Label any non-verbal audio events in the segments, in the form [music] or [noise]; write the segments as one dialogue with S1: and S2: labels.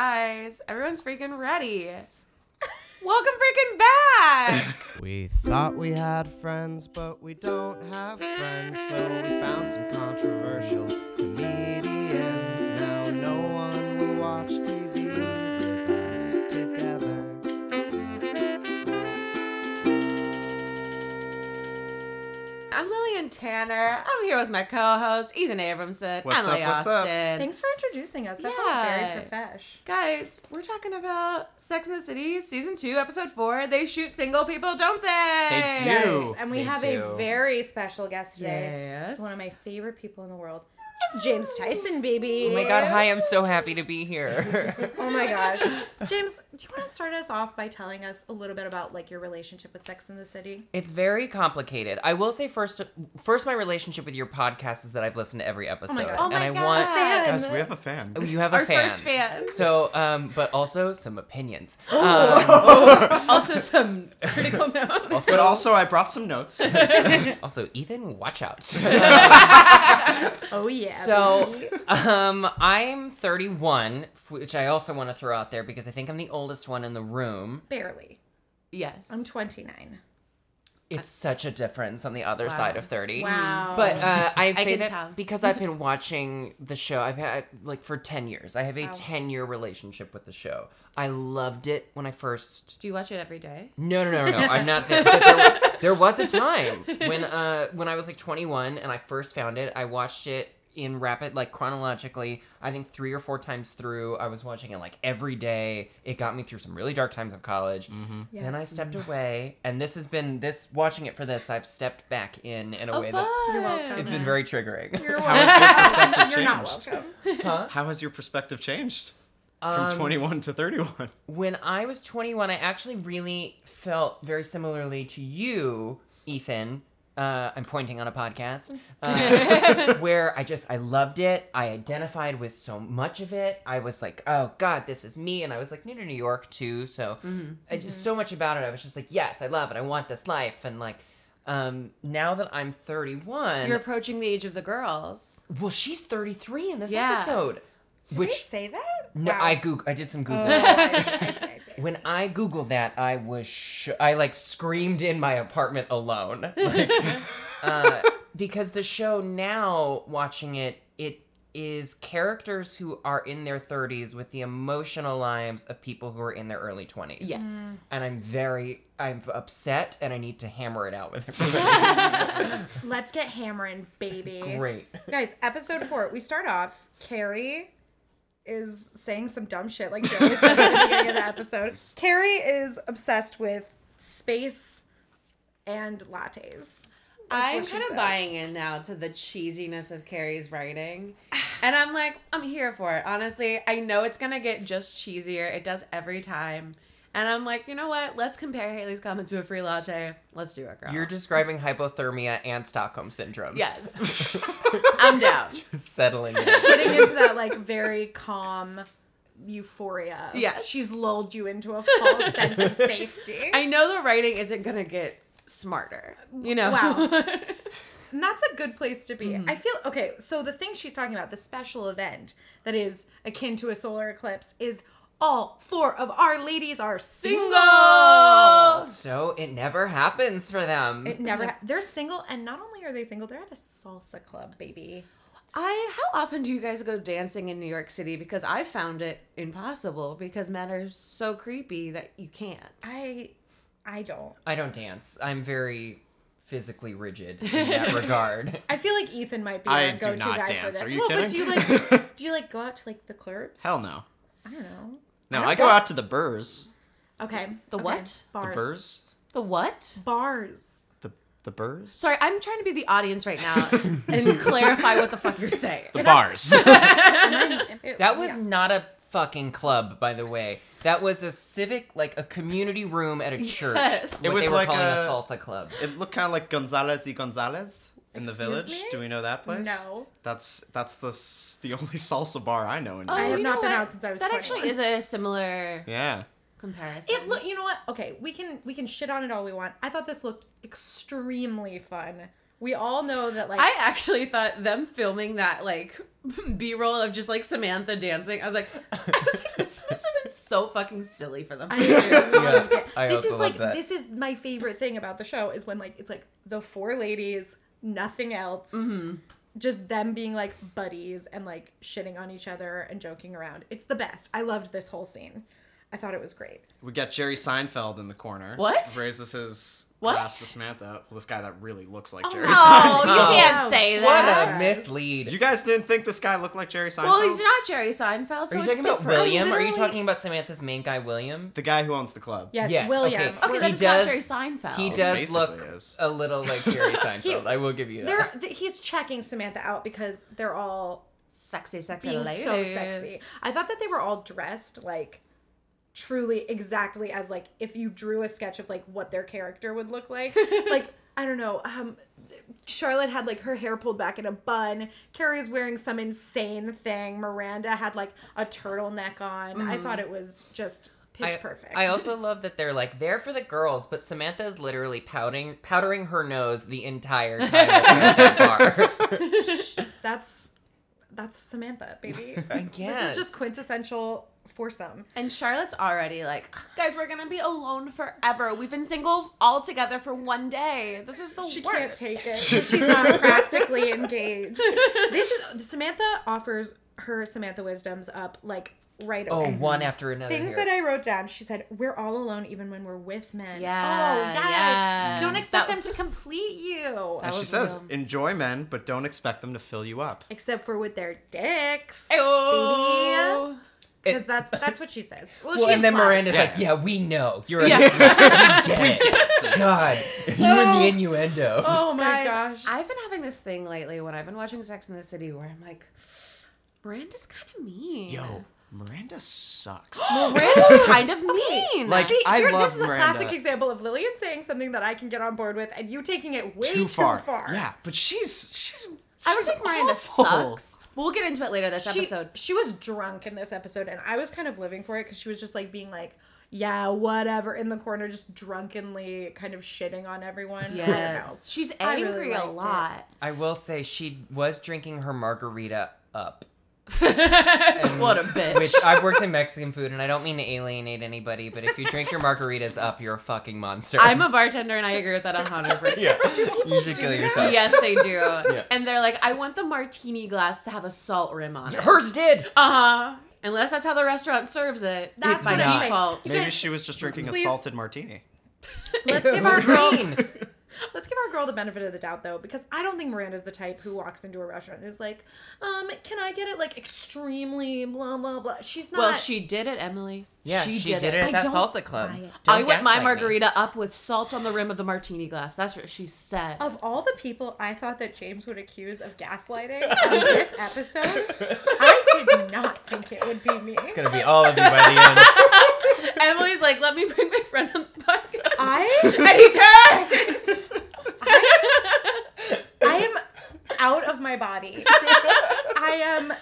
S1: guys, everyone's freaking ready. Welcome freaking back.
S2: We thought we had friends, but we don't have friends. So we found some controversial comedians. Now no one will watch TV with us together.
S1: I'm Lillian Tanner. I'm here with my co-host Ethan Abramson.
S2: What's
S1: Emily
S2: up, what's up?
S1: Austin.
S3: Thanks for introducing us. That
S1: Yeah.
S3: felt very profesh.
S1: Guys, we're talking about Sex in the City, season two, episode four. They shoot single people, don't they?
S2: They do.
S3: Yes, and we
S2: They
S3: have
S2: do.
S3: a very special guest today.
S1: Yes.
S3: It's one of my favorite people in the world. It's James Tyson, baby.
S4: Oh my god, hi, I'm so happy to be here. [laughs]
S3: Oh my gosh. James, do you want to start us off by telling us a little bit about like your relationship with Sex in the City?
S4: it's very complicated. I will say first first my relationship with your podcast is that I've listened to every episode.
S3: God.
S4: And
S3: Oh
S1: my
S4: I
S1: God.
S4: want
S3: Fan.
S2: Guys, we have a fan.
S4: Oh, you have a
S1: Our
S4: fan.
S1: first fan.
S4: So, um, but also
S1: [gasps]
S4: some opinions. Um,
S1: [laughs] also some critical notes.
S2: But also, I brought some notes.
S4: also, Ethan, watch out.
S1: [laughs]
S3: Oh yeah.
S4: [laughs] so, um, I'm 31, which I also want to throw out there because I think I'm the oldest one in the room.
S3: barely.
S1: yes.
S3: I'm 29.
S4: It's
S1: Uh,
S4: such a difference on the other side of 30.
S3: Wow.
S4: But uh, I say
S1: can
S4: that
S1: tell.
S4: because I've been watching the show. I've had like for ten years. I have a ten year relationship with the show. I loved it when I first.
S1: do you watch it every day?
S4: [laughs] No, no, no, no. no, I'm not there. But there, [laughs] there was a time when uh when I was like 21 and I first found it. I watched it in rapid like chronologically. I think three or four times through. I was watching it like every day. It got me through some really dark times of college. Mm-hmm. Then I
S3: Yes.
S4: stepped away, and this has been this watching it for this. I've stepped back in in a way that.
S3: You're welcome.
S4: It's been very triggering.
S3: You're
S2: [laughs] How has your
S3: welcome.
S2: perspective
S3: You're not
S2: changed?
S3: welcome.
S2: How has your perspective changed from 21 to 31?
S4: [laughs] When I was 21, I actually really felt very similarly to you, Ethan. Uh, I'm pointing on a podcast uh, where I just I loved it. I identified with so much of it. I was like, oh god, this is me, and I was like new to New York too, so I just so much about it. I was just like, yes, I love it. I want this life, and like. Um, now that I'm 31,
S1: You're approaching the age of the girls.
S4: well, she's 33 in this
S1: Yeah.
S4: episode.
S3: Did
S4: which
S3: I say that?
S4: no,
S3: Wow.
S4: I [laughs] Goog- I did some Google.
S3: Oh, I see, I see, I see, I
S4: When
S3: see.
S4: I googled that, I was sh- I like screamed in my apartment alone, [laughs] Like, uh, because the show now watching it it is characters who are in their 30s with the emotional lives of people who are in their early 20s.
S1: Yes.
S4: and I'm very I'm upset and I need to hammer it out with everybody.
S3: Let's get hammering, baby.
S4: Great.
S3: Guys, episode four, we start off. Carrie is saying some dumb shit like Joey said at the beginning of the
S1: [laughs]
S3: episode. Carrie is obsessed with space and lattes.
S1: I'm
S3: what she
S1: kind of
S3: says.
S1: buying in now to the cheesiness of Carrie's writing. [sighs] and I'm like, I'm here for it. Honestly, I know it's going to get just cheesier. It does every time. And I'm like, you know what? Let's compare Haley's comment to a free latte. Let's do it, girl.
S4: You're describing hypothermia and Stockholm
S1: [laughs]
S3: [laughs]
S4: syndrome.
S1: Yes. I'm down.
S4: [laughs] Settling in.
S3: Getting into that like very calm euphoria.
S1: Yes.
S3: She's lulled you into a false sense of safety.
S1: I know the writing isn't going to get smarter. You know?
S3: Wow. And that's a good place to be.
S1: Mm-hmm.
S3: I feel okay. So the thing she's talking about, the special event that is akin to a solar eclipse, is all four of our ladies are single.
S1: Single!
S4: So it never happens for them.
S3: It never. ha- They're single, and not only are they single, they're at a salsa club, baby.
S1: [laughs] I how often do you guys go dancing in New York City? Because I found it impossible because men are so creepy that you can't.
S3: I, I don't.
S4: I don't dance. I'm very physically rigid in that regard.
S3: I feel like Ethan might be
S2: I
S3: our
S2: do
S3: go-to
S2: not
S3: guy for
S2: dance.
S3: this.
S2: Are you kidding? [laughs]
S3: well, but do you like? do you like go out to like the clubs?
S2: Hell no.
S3: I don't know.
S2: No, I, go out to the burrs.
S3: Okay.
S1: The
S3: okay.
S1: what?
S3: Bars.
S2: The burrs?
S1: The what?
S3: [laughs] Bars.
S2: The, the burrs?
S1: Sorry, I'm trying to be the audience right now [laughs] and clarify what the fuck you're saying.
S2: the bars.
S4: That was
S3: Yeah.
S4: not a fucking club, by the way. That was a civic, like a community room at a church.
S1: Yes. It
S4: What
S2: was
S4: they were
S2: like
S4: calling
S2: a-
S4: salsa club.
S2: It looked kind of like Gonzalez y Gonzalez in the
S3: Excuse
S2: village.
S3: me?
S2: Do we know that place?
S3: No.
S2: That's that's the s- the only [laughs] salsa bar I know in.
S1: Oh,
S3: [laughs] I
S2: New
S3: have
S2: York.
S1: you
S3: not
S1: know
S3: been
S1: what?
S3: out since I was
S1: That
S3: 21.
S1: actually is a similar
S2: Yeah.
S1: comparison.
S3: It look, you know what? Okay, we can we can shit on it all we want. I thought this looked extremely fun. we all know that like
S1: I actually thought them filming that like [laughs] B roll of just like Samantha dancing. I was like, I was like this must have been so fucking silly for them.
S2: [laughs]
S1: to
S3: I
S1: do.
S3: loved
S4: Yeah,
S3: it.
S4: I
S3: Oh, this
S4: also
S3: is
S4: love
S3: like
S4: that.
S3: this is my favorite thing about the show is when like it's like the four ladies, nothing else, just them being like buddies and like shitting on each other and joking around. It's the best. I loved this whole scene. I thought it was great.
S2: We got Jerry Seinfeld in the corner.
S1: What?
S2: Raises his
S1: What?
S2: glass to Samantha. Well, this guy that really looks like Jerry
S1: [laughs] Oh,
S2: Seinfeld.
S1: you
S3: Oh,
S1: can't say
S4: What
S1: that.
S4: a mislead.
S2: You guys didn't think this guy looked like Jerry Seinfeld?
S1: Well, he's not Jerry Seinfeld, so
S4: Are you
S1: it's
S4: talking about
S1: different.
S4: William? Are you
S3: literally-
S4: talking about Samantha's main guy, William?
S2: The guy who owns the club.
S3: Yes,
S4: Yes,
S3: William.
S4: okay.
S1: Okay,
S4: He
S1: that's not
S4: does-
S1: Jerry Seinfeld.
S4: He
S2: basically
S4: does look
S2: is.
S4: a little like Jerry Seinfeld. I will give you that.
S3: They're, th- he's checking Samantha out because they're all
S1: sexy, sexy
S3: being
S1: ladies.
S3: so sexy. I thought that they were all dressed like truly exactly as like if you drew a sketch of like what their character would look like.
S4: [laughs]
S3: like I don't know. Um, Charlotte had like her hair pulled back in a bun. Carrie was wearing some insane thing. Miranda had like a turtleneck on. I thought it was just pitch
S4: Mm-hmm. I,
S3: perfect.
S4: I also love that they're like there for the girls, but Samantha is literally pouting, powdering her nose
S3: [laughs]
S4: the entire time. at the bar.
S3: that's that's Samantha,
S4: [laughs]
S3: baby. This
S4: guess.
S3: is just quintessential foursome.
S1: And Charlotte's already like, [sighs] guys, we're gonna be alone forever. We've been single all together for one day. This is the
S3: She
S1: worst.
S3: can't take it. She's not practically engaged. This is Samantha offers her Samantha wisdoms up like right
S4: oh,
S3: away.
S4: one after another.
S3: Things
S4: here.
S3: that I wrote down. She said, "We're all alone, even when we're with men."
S1: Yeah,
S3: Oh yes.
S1: yeah.
S3: Don't expect
S1: That-
S3: them to complete you,
S1: That
S2: And she
S1: was
S2: says,
S1: real.
S2: enjoy men, but don't expect them to fill you up.
S3: except for with their dicks.
S1: Oh.
S3: Because that's that's what she says. Well,
S4: Well,
S3: she
S4: and then
S3: implies-
S4: Miranda's
S2: Yeah.
S4: like, "Yeah, we know. You're a we get
S1: [laughs]
S4: it. God, you and the innuendo."
S3: Oh my
S1: Guys,
S3: gosh.
S1: I've been having this thing lately when I've been watching Sex in the City where I'm like, [sighs] Miranda's kind of mean.
S2: Yo, Miranda sucks.
S1: Miranda's [laughs] kind of mean.
S2: Like-
S3: See,
S2: I
S3: here,
S2: love
S3: this is a
S2: Miranda.
S3: classic example of Lillian saying something that I can get on board with, and you taking it way
S2: too far.
S3: Too far.
S2: Yeah, but she's she's.
S1: I don't
S2: she's
S1: think
S2: [laughs]
S1: Miranda
S2: awful.
S1: sucks. But we'll get into it later this
S3: she,
S1: episode. [laughs]
S3: She was drunk in this episode, and I was kind of living for it because she was just like being like, yeah, whatever, in the corner, just drunkenly kind of shitting on everyone. I don't know.
S1: Yes. She's
S3: I really
S1: angry
S3: liked
S1: a [laughs]
S3: it.
S1: lot.
S4: I will say she was drinking her margarita
S3: [laughs]
S4: up.
S1: what a bitch.
S4: Which I've worked in Mexican food, and I don't mean to alienate anybody, but if you drink your margaritas up, you're a fucking monster.
S1: I'm a bartender and I agree with that 100%.
S4: yeah. You should kill yourself.
S1: Yes, they
S4: [laughs]
S1: do. And they're like, I want the martini glass to have a salt rim on it.
S4: Hers did.
S1: Uh huh. Unless that's how the restaurant serves it.
S3: That's
S1: by
S3: what
S4: I'm
S3: saying.
S1: default.
S3: You
S2: Maybe
S3: guys-
S2: she was just drinking
S3: please-
S2: a salted martini.
S3: Let's give our girl,
S4: Green.
S3: [laughs] let's give our girl the benefit of the doubt though, because I don't think Miranda's the type who walks into a restaurant and is like, um, can I get it like extremely blah blah blah. She's not.
S1: Well, she did it, Emily.
S4: Yeah, she, did, it
S3: I
S4: at that
S3: don't
S4: salsa club.
S3: buy it.
S4: Don't
S1: I want my
S4: gaslight me.
S1: margarita up with salt on the rim of the martini glass. That's what she said.
S3: Of all the people I thought that James would accuse
S1: [laughs]
S3: of gaslighting on this episode, I did not think it would be me.
S4: It's gonna be all of you by the end. [laughs]
S1: Emily's like, let me bring my friend on the podcast. [laughs]
S4: [laughs]
S3: I
S1: and he turns.
S3: [laughs] I am out of my body. I am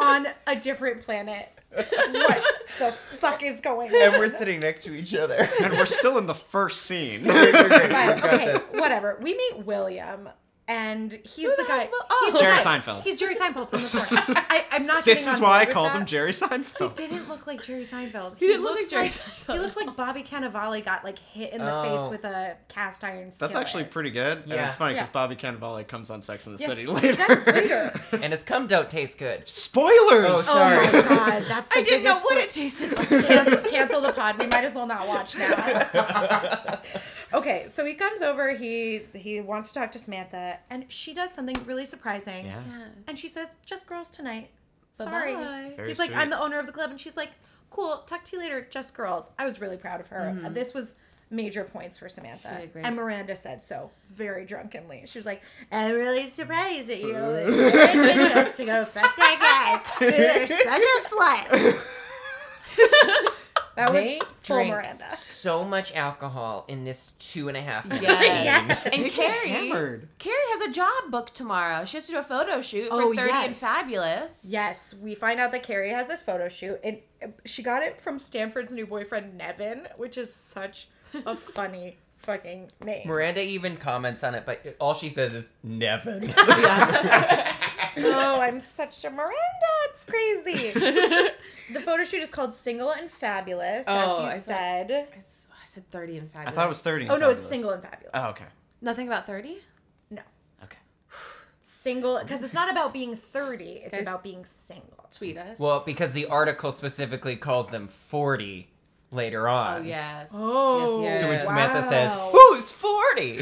S3: on a different planet. What the fuck is going on?
S4: and we're sitting next to each [laughs] other.
S2: And we're still in the first scene. [laughs]
S3: But, okay, whatever. We meet William, and he's the,
S1: the
S3: guy.
S1: hell's Will- oh.
S3: he's the
S1: Jerry
S3: guy-
S2: Seinfeld.
S3: He's Jerry Seinfeld from the corner.
S1: [laughs]
S3: I, I'm not.
S2: this
S3: getting
S2: is
S3: on
S2: why I
S3: board with
S2: called
S3: that.
S2: him Jerry Seinfeld.
S3: didn't look like Jerry Seinfeld. He,
S1: didn't look
S3: looks
S1: like Jerry Seinfeld.
S3: He looked like Bobby Cannavale got like hit in the
S4: Oh.
S3: face with a cast iron.
S2: That's
S3: skillet.
S2: actually pretty good. And
S4: Yeah.
S2: it's funny because
S3: Yeah.
S2: Bobby Cannavale comes on Sex in the
S3: Yes,
S2: City
S3: he
S2: later.
S3: does later.
S2: [laughs]
S4: and his cum don't taste good.
S2: Spoilers!
S4: Oh,
S3: Oh
S4: Sorry.
S3: my god, that's the
S1: I didn't know
S3: biggest
S1: what it tasted
S3: [laughs]
S1: like.
S3: cancel, cancel the pod. We might as well not watch now. okay, so he comes over. He he wants to talk to Samantha, and she does something really surprising.
S2: Yeah.
S3: And she says, "Just girls tonight." Sorry.
S1: Sorry.
S2: Very
S3: He's like,
S2: sweet.
S3: "I'm the owner of the club," and she's like, "Cool. Talk to you later. Just girls." I was really proud of her. This was major points for Samantha.
S1: Mm-hmm. She did great.
S3: And Miranda said so very drunkenly. She was like, "I'm really
S1: [laughs]
S3: surprised at you. It's just to go fuck that guy. You're such a
S1: [laughs]
S3: slut." that was
S4: They
S3: full
S4: drink
S3: Miranda.
S4: so much alcohol in this two and a half. minute scene.
S1: [laughs] Yes.
S3: Yeah.
S1: And
S2: They get
S1: Carrie.
S2: hammered.
S1: Carrie has a job booked tomorrow. She has to do a photo shoot
S3: Oh,
S1: for 30 and
S3: yes.
S1: Fabulous.
S3: [laughs] Yes, we find out that Carrie has this photo shoot, and
S1: [laughs]
S3: she got it from Stanford's new boyfriend Nevin, which is such a funny fucking name.
S4: Miranda even comments on it, but all she says is [laughs] Nevin.
S3: oh, I'm such a Miranda. It's
S1: [laughs]
S3: crazy. the photo shoot is called Single and Fabulous,
S1: Oh, I
S3: as
S1: thought-
S3: you said.
S1: It's, I said 30 and
S2: I
S1: fabulous.
S2: thought it was 30. and
S3: oh, no, it's
S2: fabulous.
S3: Single and Fabulous.
S2: Oh, okay.
S1: Nothing about 30?
S3: No.
S2: Okay.
S3: Single, because it's not about being 30, it's
S1: Guys-
S3: about being single.
S1: Tweet us.
S4: well, because the article specifically calls them 40 later
S1: Oh,
S4: on.
S1: yes.
S3: Oh.
S1: yes, yes.
S4: To which
S3: Wow.
S4: Samantha says, Who's 40?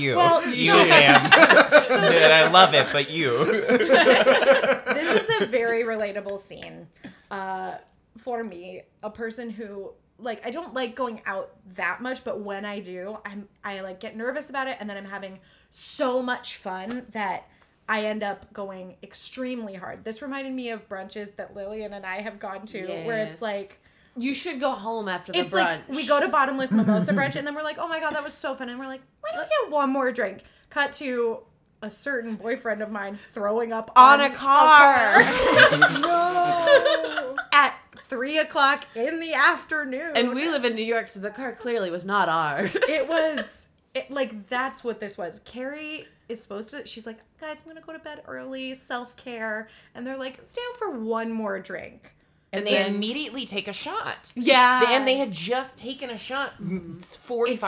S4: [laughs] you.
S3: Well,
S4: you,
S3: so-
S4: ma'am.
S3: [laughs]
S4: [laughs] and I love it, but you.
S3: this is a very relatable scene uh, for me a person who like i don't like going out that much but when i do i'm i like get nervous about it and then i'm having so much fun that i end up going extremely hard this reminded me of brunches that lillian and i have gone to where
S1: Yes.
S3: it's like
S1: You should go home after the
S3: it's
S1: brunch.
S3: like we go to bottomless mimosa brunch
S1: [laughs]
S3: and then we're like, oh my god, that was so fun. And we're like, why don't we get one more drink? Cut to a certain boyfriend of mine throwing up
S1: On a [laughs] car.
S3: [laughs]
S1: [laughs]
S3: no. At three o'clock in the afternoon.
S1: And we live in New York, so the car clearly was not [laughs] ours.
S3: it was it, like that's what this was. Carrie is supposed to she's like, guys, I'm gonna go to bed early, self-care. And they're like, stay out for one more drink.
S4: And they
S1: Then-
S4: immediately take a shot.
S1: Yeah.
S4: And they had just taken a shot 45
S3: Mm.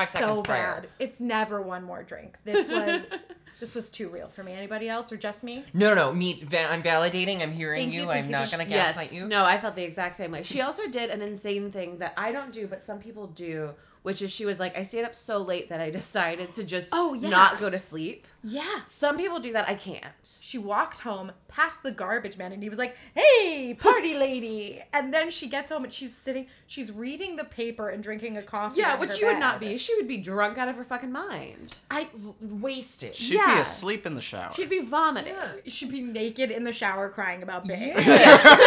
S3: it's
S4: seconds
S3: so
S4: prior.
S3: bad. It's never one more drink. This was [laughs] this was too real for me. Anybody else or just me?
S4: No, no, me. Va- I'm validating. I'm hearing
S3: Thank
S4: you.
S3: you, thank
S4: I'm
S3: you.
S4: not gonna
S1: yes.
S4: gaslight you.
S1: No, I felt the exact same way. She also did an insane thing that I don't do, but some people do, which is she was like, I stayed up so late that I [laughs] decided to just
S3: Oh, yeah.
S1: not go to sleep.
S3: Yeah.
S1: Some people do that. I can't.
S3: She walked home past the garbage man and he was like, "Hey, party lady." [laughs] And then she gets home and she's sitting, she's reading the paper and drinking a coffee.
S1: Yeah,
S3: on her
S1: which you would not
S3: bed.
S1: be. She would be drunk out of her fucking mind.
S4: I l- wasted.
S2: She'd be
S1: Yeah.
S2: asleep in the shower.
S1: She'd be vomiting.
S3: She'd be naked in the shower crying about Big. [laughs]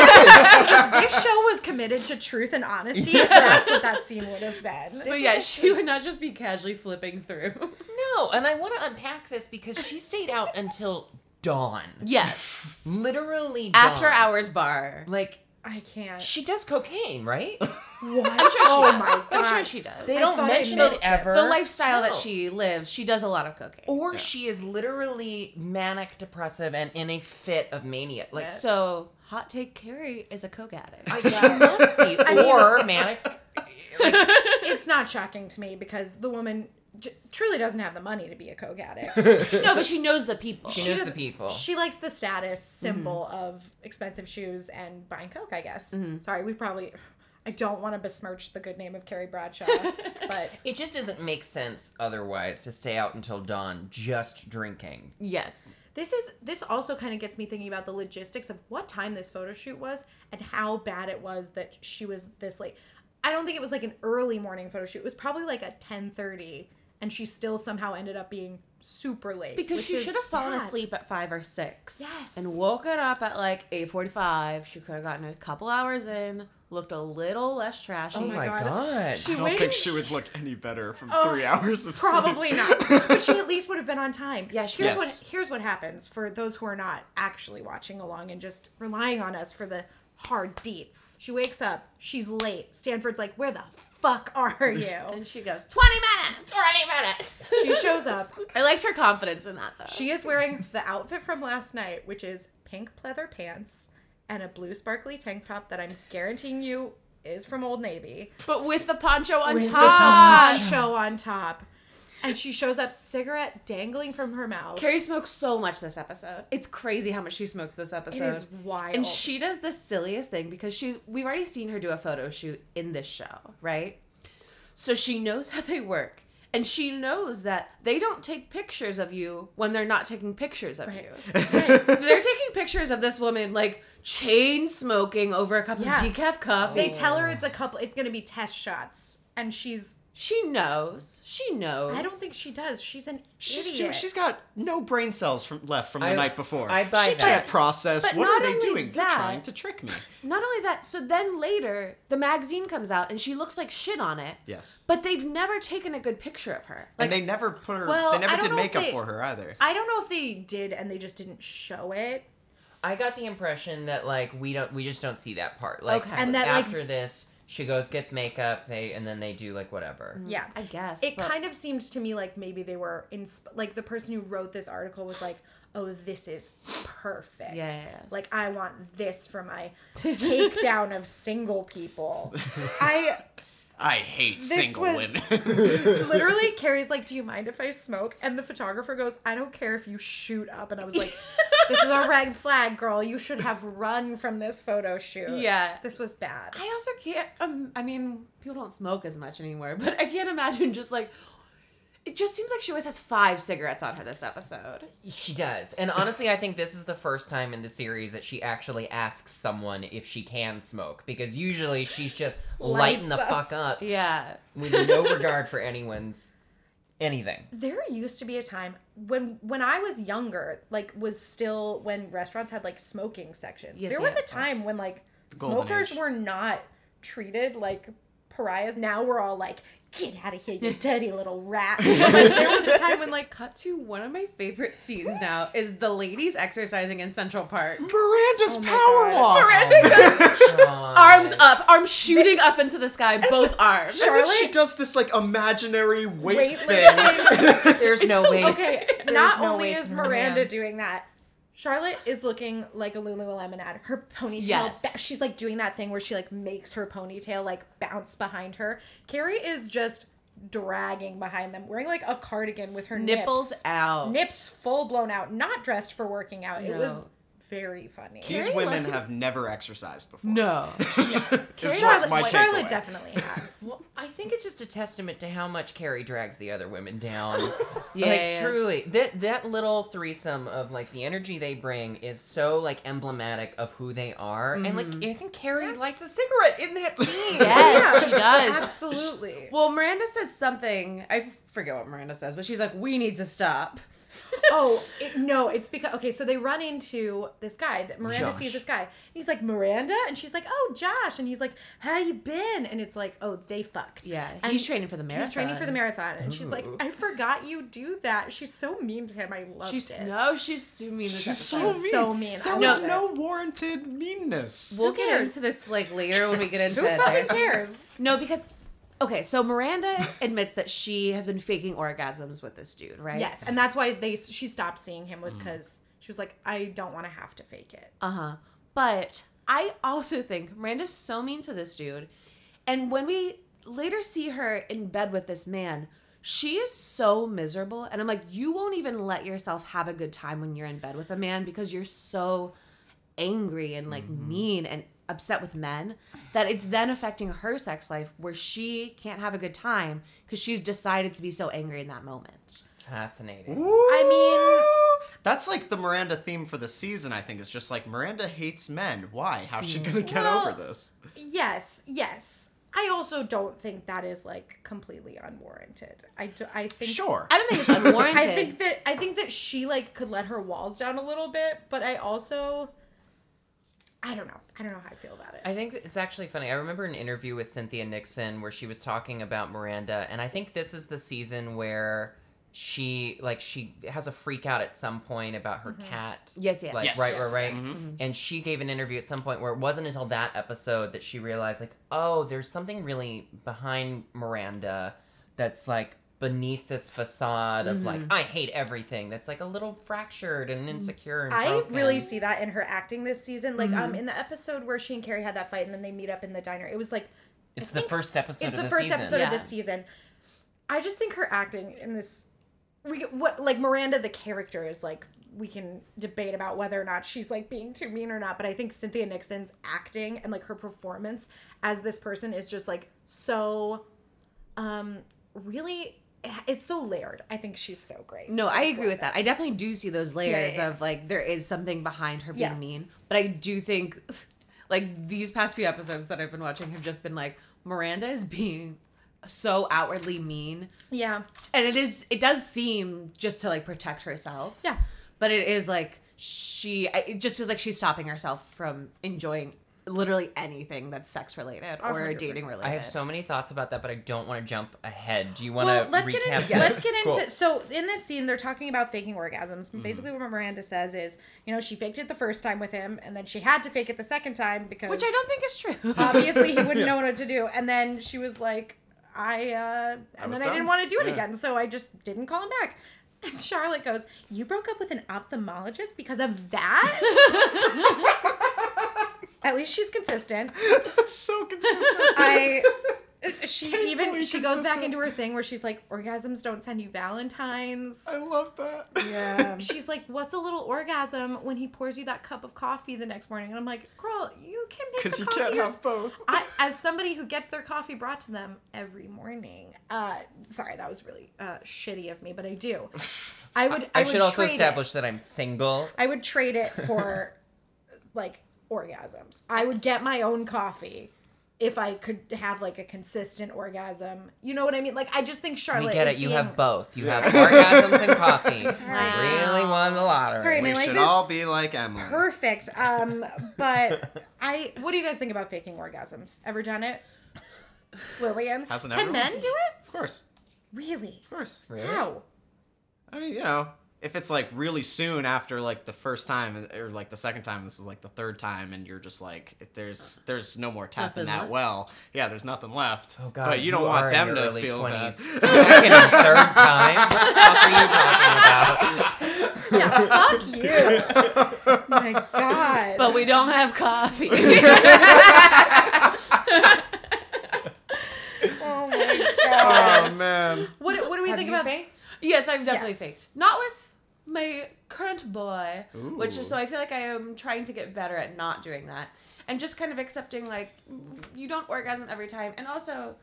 S3: if this show was committed to truth and honesty, that's what that scene would have been.
S1: But yeah, she [laughs] would not just be casually flipping through. [laughs]
S4: No, and I want to unpack this because she stayed out until dawn.
S1: Yes.
S4: Literally dawn.
S1: After hours bar.
S4: Like
S3: I can't.
S4: she does
S3: [laughs]
S4: cocaine, right?
S3: What? oh my god.
S1: I'm sure she does.
S4: They
S3: I
S4: don't
S3: thought I
S4: mention
S3: missed
S4: it
S3: it.
S4: ever.
S1: the lifestyle that
S4: No.
S1: she lives, she does a lot of cocaine.
S4: Or she is literally manic depressive and in a fit of mania. Like so
S1: So, hot take Carrie is a coke addict. [laughs]
S4: I, she must be.
S3: [laughs]
S4: Or manic.
S3: it's not shocking to me because the woman j- truly doesn't have the money to be a
S1: [laughs]
S3: coke addict.
S1: no, but she knows the people.
S4: She knows the people.
S3: she likes the status
S1: Mm-hmm.
S3: symbol of expensive shoes and buying coke, I guess.
S1: Mm-hmm.
S3: Sorry, we probably. I don't want to besmirch the good name of Carrie
S1: [laughs]
S3: Bradshaw, but
S4: it just doesn't make sense otherwise to stay out until dawn just drinking.
S1: yes.
S3: this is this also kind of gets me thinking about the logistics of what time this photo shoot was and how bad it was that she was this late. I don't think it was like an early morning photo shoot. It was probably like at 10:30 and she still somehow ended up being super late.
S1: Because
S3: which
S1: she
S3: is
S1: should have fallen
S3: bad.
S1: asleep at five or six.
S3: Yes.
S1: And woken up at like eight forty five. She could have gotten a couple hours in, looked a little less trashy.
S4: Oh my
S3: God.
S4: god.
S1: She
S2: I don't think
S1: waited-
S2: she would look any better from
S3: Oh,
S2: three hours of sleep.
S3: Probably not. But she at least would have been on time.
S1: Yeah, she
S3: here's
S2: was.
S3: what here's what happens for those who are not actually watching along and just relying on us for the hard deets. She wakes up, she's late. Stanford's like, "Where the fuck are you?"
S1: And she goes, twenty minutes. [laughs]
S4: Twenty minutes.
S3: she shows up.
S1: I liked her confidence in that though.
S3: She is wearing the outfit from last night, which is pink pleather pants and a blue sparkly tank top that I'm guaranteeing you is from Old Navy.
S1: but with the poncho on
S3: With the
S1: top.
S3: poncho on top. And she shows up, cigarette dangling from her mouth.
S1: Carrie smokes so much this episode. It's crazy how much she smokes this episode.
S3: is wild.
S1: And she does the silliest thing because she we've already seen her do a photo shoot in this show, right? So she knows [laughs] how they work. And she knows that they don't take pictures of you when they're not taking pictures of
S3: [laughs]
S1: you. they're taking pictures of this woman like chain smoking over a cup
S3: Yeah.
S1: of decaf coffee.
S3: They tell her it's a couple. It's gonna be test shots, and she's.
S1: she knows. She knows.
S3: I don't think she does. She's an
S2: She's too,
S3: idiot.
S2: she's got no brain cells from left from the
S4: I-
S2: night before.
S4: I buy
S2: she
S4: that.
S2: can't process.
S1: But
S2: what are
S1: not
S2: they
S1: only
S2: doing?
S1: that-
S2: They're trying to trick me.
S1: Not only that, so then later the magazine comes out and she looks like shit on it.
S2: Yes.
S1: But they've never taken a good picture of her.
S2: and they never put her.
S3: Well,
S2: they
S3: I
S2: never
S3: don't
S2: did
S3: know if
S2: makeup
S3: they-
S2: for her either.
S3: I don't know if they did, and they just didn't show it.
S4: I got the impression that like we don't we just don't see that part. Like
S1: Okay.
S3: And that, like-
S4: after this, She goes, gets makeup, they and then they do like whatever.
S3: Yeah.
S1: Mm, I guess.
S3: It
S1: but-
S3: kind of seemed to me like maybe they were insp- like the person who wrote this article was like, "Oh, this is perfect.
S1: Yes.
S3: Like I want this
S1: [laughs]
S3: for my takedown of single people." I
S5: I hate single
S3: was- [laughs]
S5: women. [laughs]
S3: literally Carrie's like, "Do you mind if I smoke?" And the photographer goes, "I don't care if you shoot up." And I
S1: [laughs]
S3: was like, "This is a red flag, girl. You should have run from this photo shoot."
S1: Yeah.
S3: This was bad.
S1: I also can't. Um, I mean, people don't smoke as much anymore, but I can't imagine just like. It just seems like she always has five cigarettes on her this episode.
S4: She does. And honestly, I think this is the first time in the series that she actually asks someone if she can smoke because usually she's just lighting the
S3: Lights up.
S4: fuck up
S1: Yeah.
S4: with no regard for anyone's
S3: [laughs]
S4: anything.
S3: there used to be a time when when I was younger, like was still when restaurants had like smoking sections.
S1: Yes,
S3: there was
S1: yes.
S3: a time when like
S5: Golden
S3: smokers
S5: age.
S3: were not treated like pariahs. Now we're all like, get out of here,
S1: [laughs]
S3: you dirty little rat. But, like, there was a time when [laughs] like
S1: Cut to one of my favorite scenes
S3: [laughs]
S1: now is the ladies exercising in Central Park.
S5: Miranda's
S3: Oh my
S5: power
S3: God.
S5: walk.
S1: Arms up, arms shooting up into the sky, both arms.
S5: And then she does this like imaginary weight thing.
S3: weightlifting.
S4: There's no way.
S3: okay, not
S4: no
S3: only
S4: weights
S3: is
S4: in her
S3: Miranda
S4: hands.
S3: doing that. Charlotte is looking like a Lululemon ad. Her ponytail,
S1: Yes.
S3: ba- she's like doing that thing where she like makes her ponytail like bounce behind her. Carrie is just dragging behind them, wearing like a cardigan with her
S1: Nipples
S3: nips,
S1: out.
S3: nips full blown out, not dressed for working out. It was
S1: No.
S3: very funny.
S5: These women have never exercised before.
S1: No. [laughs]
S5: Is
S3: Charlotte,
S5: my
S3: Charlotte
S5: takeaway.
S3: definitely has.
S4: Well, I think it's just a testament to how much Carrie drags the other women down.
S1: [laughs] Yes.
S4: Like truly, that that little threesome of like the energy they bring is so like emblematic of who they are, and like I think Carrie lights a cigarette in that
S1: [laughs]
S4: scene.
S1: Mm-hmm. Yes, she does.
S3: Absolutely.
S1: Well, Miranda says something. I forget what Miranda says, but she's like, "We need to stop."
S3: Oh it, no! It's because okay. So they run into this guy that Miranda
S4: Josh.
S3: sees. This guy, and he's like Miranda, and she's like, "Oh, Josh," and he's like, "How you been?" And it's like, "Oh, they fucked."
S1: Yeah,
S3: And
S1: he's training for the marathon.
S3: He's training for the marathon, and she's like, "I forgot you do that." She's so mean to him. I loved
S1: She's
S3: it.
S1: no, she's too mean. to
S5: She's
S1: touch
S5: so
S1: us.
S5: mean.
S3: so mean. I
S5: There
S3: love
S5: was
S3: it.
S5: no warranted meanness.
S1: We'll
S3: Who
S1: get
S3: cares?
S1: into this like later when we [laughs] get into
S3: Who
S1: it.
S3: fucking
S1: There's-
S3: cares?
S1: No, because okay, so Miranda [laughs] admits that she has been faking orgasms with this dude, right?
S3: Yes, and that's why they she stopped seeing him
S5: Mm.
S3: was because she was like, "I don't want to have to fake it."
S1: Uh huh. But I also think Miranda's so mean to this dude, and when we later see her in bed with this man. She is so miserable, and I'm like, you won't even let yourself have a good time when you're in bed with a man because you're so angry and like mean and upset with men that it's then affecting her sex life where she can't have a good time because she's decided to be so angry in that moment.
S4: [laughs] Fascinating.
S3: I mean,
S5: That's like the Miranda theme for the season, I think, is just like Miranda hates men. Why? How's she gonna get
S3: Hmm. Well-
S5: over this?
S3: Yes, yes. I also don't think that is like completely unwarranted. I, do, I think
S5: Sure.
S1: [laughs] I don't think it's unwarranted.
S3: I think that I think that she like could let her walls down a little bit, but I also I don't know. I don't know how I feel about it.
S4: I think it's actually funny. I remember an interview with Cynthia Nixon where she was talking about Miranda, and I think this is the season where she like she has a freak out at some point about her
S3: Mm-hmm.
S4: cat.
S1: Yes, yes.
S4: Like
S5: Yes.
S4: right, right, right. And she gave an interview at some point where it wasn't until that episode that she realized like, oh, there's something really behind Miranda that's like beneath this facade of like
S3: Mm-hmm.
S4: I hate everything that's like a little fractured and insecure and
S3: I
S4: broken.
S3: really see that in her acting this season. Like um in the episode where she and Carrie had that fight and then they meet up in the diner. It was like
S4: it's
S3: I
S4: the
S3: think
S4: first episode
S3: it's
S4: of
S3: the
S4: the
S3: first
S4: season.
S3: episode
S1: Yeah.
S3: of this season. I just think her acting in this we get- what like Miranda the character is like we can debate about whether or not she's like being too mean or not, but I think Cynthia Nixon's acting and like her performance as this person is just like so um really it's so layered. I think she's so great.
S1: No, I agree with that. I definitely do see those layers
S3: yeah.
S1: of like there is something behind her being
S3: Yeah.
S1: mean, but I do think [laughs] like these past few episodes that I've been watching have just been like Miranda is being so outwardly mean,
S3: Yeah.
S1: and it is it does seem just to like protect herself.
S3: Yeah.
S1: but it is like she I- it just feels like she's stopping herself from enjoying literally anything that's sex related or
S3: 100%.
S1: dating related.
S4: I have so many thoughts about that, but I don't want to jump ahead. Do you want
S3: Well,
S4: to
S3: let's
S4: recap?
S3: get into
S4: this?
S3: let's get into
S4: Cool.
S3: so in this scene they're talking about faking orgasms. Basically, what Miranda says is, you know, she faked it the first time with him, and then she had to fake it the second time because
S1: which I don't think is true.
S3: obviously he wouldn't know what to do. And then she was like, I uh, and
S5: was
S3: then I
S5: done.
S3: didn't want to do it
S5: Yeah.
S3: again, so I just didn't call him back. And Charlotte goes, "You broke up with an ophthalmologist because of that." At least she's consistent.
S5: [laughs] so consistent. [laughs]
S3: I she even
S5: Painfully
S3: she goes back
S5: consistent.
S3: into her thing where she's like orgasms don't send you valentines.
S5: I love that.
S3: [laughs] Yeah. She's like, "What's a little orgasm when he pours you that cup of coffee the next morning?" And I'm like, "Girl, you can make
S5: Because you
S3: the coffee
S5: can't
S3: yours-
S5: have both.
S3: I, as somebody who gets their coffee brought to them every morning. Uh, sorry, that was really uh, shitty of me, but
S5: [laughs]
S3: I do. I would. I,
S4: I,
S3: would
S4: should also
S3: trade
S4: establish
S3: It,
S4: that I'm single.
S3: I would trade it
S4: [laughs]
S3: for, like, orgasms. I would get my own coffee if I could have like a consistent orgasm. You know what I mean? Like, I just think Charlotte.
S4: We get
S3: is
S4: it. You
S3: being-
S4: have both. You have orgasms and coffee.
S5: [laughs]
S1: Wow.
S4: Really won the lottery.
S3: Sorry, my
S5: We
S3: life
S5: should
S3: is
S5: all be like Emily.
S3: perfect. Um,
S4: [laughs]
S3: but I. What do you guys think about faking orgasms? Ever done it? Lillian,
S5: Hasn't
S3: can
S5: everyone?
S3: men do it?
S5: Of course.
S3: Really?
S5: Of course.
S4: Really?
S3: How?
S5: I mean, you know, if it's like really soon after like the first time or like the second time, this is like the third time, and you're just like, if there's there's no more
S1: Nothing
S5: tapping that
S1: left.
S5: well. Yeah, there's nothing left.
S4: Oh God!
S5: but you don't want
S4: are in
S5: them
S4: your
S5: to
S4: early
S5: feel
S4: 20s. [laughs]
S5: bad.
S4: Second and
S5: [laughs]
S4: third time. What the fuck are you talking
S3: [laughs] Yeah,
S4: about?
S3: fuck you.
S4: [laughs]
S3: My God.
S1: [laughs] but we don't have coffee.
S3: oh my God.
S4: [laughs] Um,
S5: Oh man.
S3: What, what do we
S4: Have
S3: think
S4: you
S3: about
S4: faked?
S1: yes, I've definitely
S3: Yes.
S1: faked. Not with my current boy, which
S5: Ooh.
S1: is so I feel like I am trying to get better at not doing that and just kind of accepting like you don't orgasm every time, and also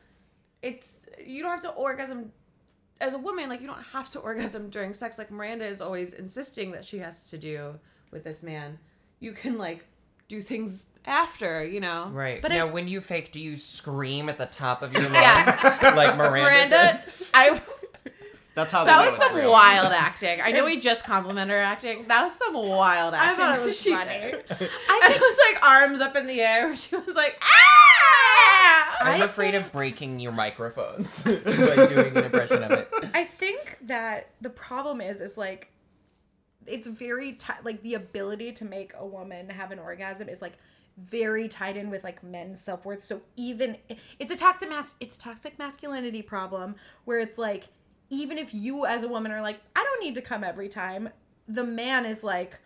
S1: it's you don't have to orgasm. As a woman, like you don't have to [laughs] orgasm during sex. Like Miranda is always insisting that she has to do with this man. You can like do things after, you know.
S4: Right.
S1: But
S4: now,
S1: I,
S4: when you fake, do you scream at the top of
S3: [laughs]
S4: your lungs
S1: Yeah.
S4: like Miranda?
S1: Miranda,
S4: does?
S1: [laughs] I
S5: That's how
S1: That
S5: they know
S1: was
S5: it's
S1: some
S5: real.
S1: wild acting. I know we just complimented her acting. That was some wild
S3: I
S1: acting.
S3: thought it
S4: [laughs]
S3: was
S1: she
S3: funny.
S1: did. I think it was like arms up in the air. Where she was like, ah!
S4: I'm afraid of breaking your microphones [laughs] by doing an impression of it.
S3: I think that the problem is, is like, it's very tight. Like the ability to make a woman have an orgasm is like very tied in with like men's self worth. So even it's a toxic mas- it's a toxic masculinity problem where it's like even if you as a woman are like I don't need to come every time, the man is like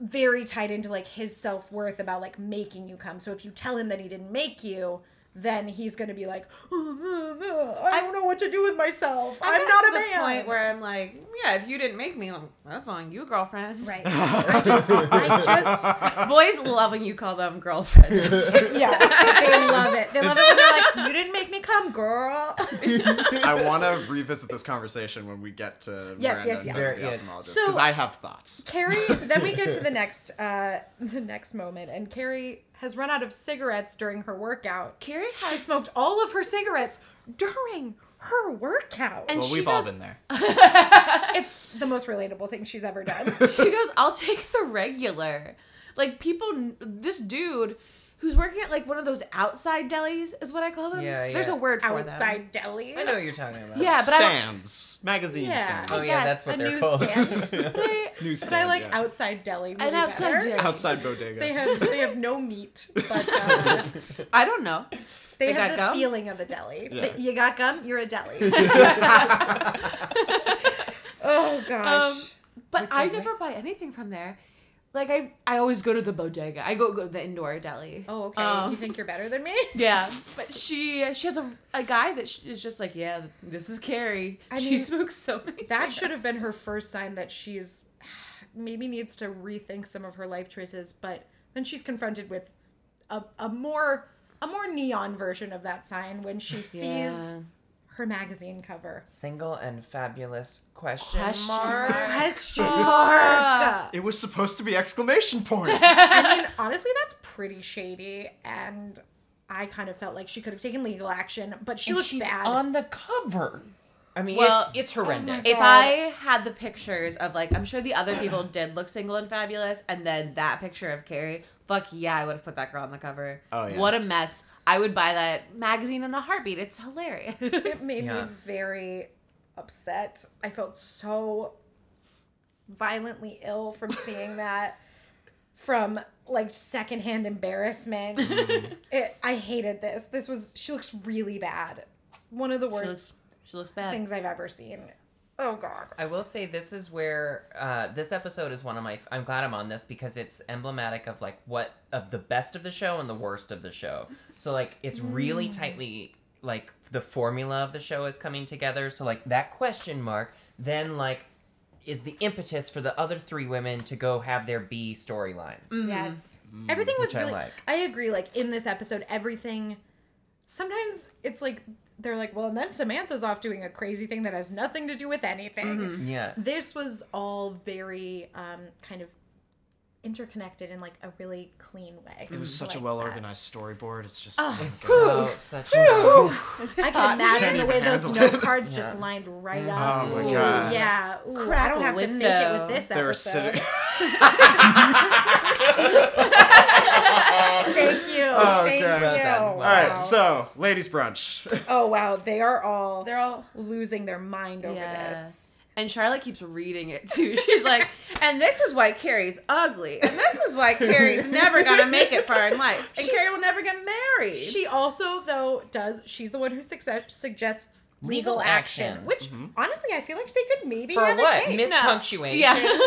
S3: very tied into like his self worth about like making you come. So if you tell him that he didn't make you. Then he's gonna be like, I don't know what to do with myself. I'm,
S1: got
S3: not
S1: to
S3: a man.
S1: the point where I'm like, yeah, if you didn't make me, well, that's on you, girlfriend.
S3: Right. I just, I just,
S1: Boys love when you call them girlfriend.
S5: [laughs]
S3: yeah, [laughs] they love it. They love it when they're like, "You didn't make me come, girl." [laughs]
S5: I want to revisit this conversation when we get to
S3: Yes,
S5: Miranda
S3: yes, yes.
S5: and Very,
S4: Very- yes.
S3: So-
S5: because I have thoughts.
S3: Carrie. Then we get to the next, uh, the next moment, and Carrie has run out of cigarettes during her workout.
S1: Carrie
S3: She
S1: has.
S3: smoked all of her cigarettes during her workout.
S1: And
S5: Well,
S1: she
S5: we've
S1: goes,
S5: all been there.
S3: it's the most relatable thing she's ever
S4: [laughs]
S3: done.
S1: she goes, I'll take the regular. Like people, this dude who's working at like one of those outside delis is what I call them.
S4: Yeah,
S1: There's a
S4: yeah.
S1: word for them.
S3: Outside deli.
S4: I know what you're talking about.
S1: Yeah, but I don't.
S5: stands, magazine
S3: Yeah.
S5: stands,
S4: Oh, yeah, that's what
S3: a
S4: they're
S3: newsstand.
S4: called.
S3: They-
S5: Newsstand,
S4: [laughs]
S3: But I like
S5: yeah.
S3: outside deli. Really
S1: An outside
S3: better.
S1: deli.
S5: outside bodega.
S3: They have they have no meat, but
S4: [laughs]
S3: uh,
S1: I don't know.
S3: they,
S1: They
S3: have
S1: got
S3: the
S1: gum?
S3: feeling of a deli.
S5: Yeah.
S3: You got gum, you're a deli. [laughs] oh
S1: Um,
S3: gosh.
S1: but I never buy anything from there. Like I, I always go to the bodega. I go go to the indoor deli.
S3: oh okay.
S1: Um,
S3: you [laughs] think you're better than me?
S1: yeah, but she she has a, a guy that sh- is just like yeah, this is Carrie.
S3: I
S1: she
S3: mean,
S1: smokes so many.
S3: That
S1: cigarettes.
S3: should have been her first sign that she's [sighs] maybe needs to rethink some of her life choices, but then she's confronted with a, a more a more neon version of that sign when she sees
S1: Yeah.
S3: her magazine cover.
S4: Single and fabulous question,
S1: Question
S4: mark.
S1: mark.
S3: Question
S1: mark.
S5: it was supposed to be exclamation point.
S3: I mean, honestly, that's pretty shady, and I kind of felt like she could have taken legal action, but she
S4: And
S3: looks
S4: she's
S3: bad.
S4: on the cover. oh I mean,
S1: Well,
S4: it's it's horrendous.
S1: If
S3: God.
S1: I had
S3: [clears throat]
S1: the pictures of like, I'm sure the other people did look single and fabulous, and then that picture of Carrie, Fuck yeah, I would have put that girl on the cover.
S5: Oh, yeah.
S1: What a mess. I would buy that magazine in a heartbeat. It's hilarious. [laughs]
S3: It made
S4: Yeah.
S3: me very upset. I felt so violently ill from
S4: [laughs]
S3: seeing that, from like secondhand embarrassment.
S4: Mm-hmm.
S3: it, I hated this. This was, she looks really bad. One of the
S1: she
S3: worst
S1: looks she looks bad.
S3: things I've ever seen. Oh, God.
S4: I will say this is where uh, this episode is one of my. I'm glad I'm on this because it's emblematic of like what of the best of the show and the worst of the show. So like it's really tightly like the formula of the show is coming together. So like that question mark then like is the impetus for the other three women to go have their B storylines.
S3: Yes. Mm-hmm. Everything was
S4: mm-hmm. Which I
S3: really I,
S4: like.
S3: agree like in this episode everything sometimes it's like they're like well and then Samantha's off doing a crazy thing that has nothing to do with anything.
S4: Yeah.
S3: This was all very um kind of interconnected in like a really clean way.
S5: It was such a well organized storyboard. It's just.
S3: Oh,
S5: my
S3: it's
S5: God.
S4: So such a
S3: I can
S5: Can't
S3: imagine the
S5: even
S3: way those
S5: handle
S3: note
S5: it.
S3: cards just
S4: Yeah.
S3: lined right up.
S5: Mm. Oh my
S3: Ooh,
S5: God.
S3: Yeah. Ooh, I
S1: Crack
S3: don't
S1: a
S3: have to fake it
S1: window.
S3: with this
S5: they were
S3: episode. [laughs]
S5: sitting.
S3: Thank you. Thank
S5: Oh, God.
S3: you.
S4: Well done. Well
S5: All right,
S3: Wow.
S5: so ladies brunch.
S3: Oh wow, they are all
S1: They're all
S3: losing their mind over
S1: Yeah.
S3: this.
S1: And Charlotte keeps reading it too. She's like, and this is why Carrie's ugly. And this is why Carrie's never gonna make it far in life. And Carrie will never get married.
S3: She also, though, does she's the one who success, suggests legal,
S4: Legal
S3: action,
S4: action.
S3: which
S5: Mm-hmm.
S3: honestly I feel like they could maybe
S4: for
S3: have a
S4: what
S3: case.
S1: No.
S4: mispunctuation?
S1: Yeah.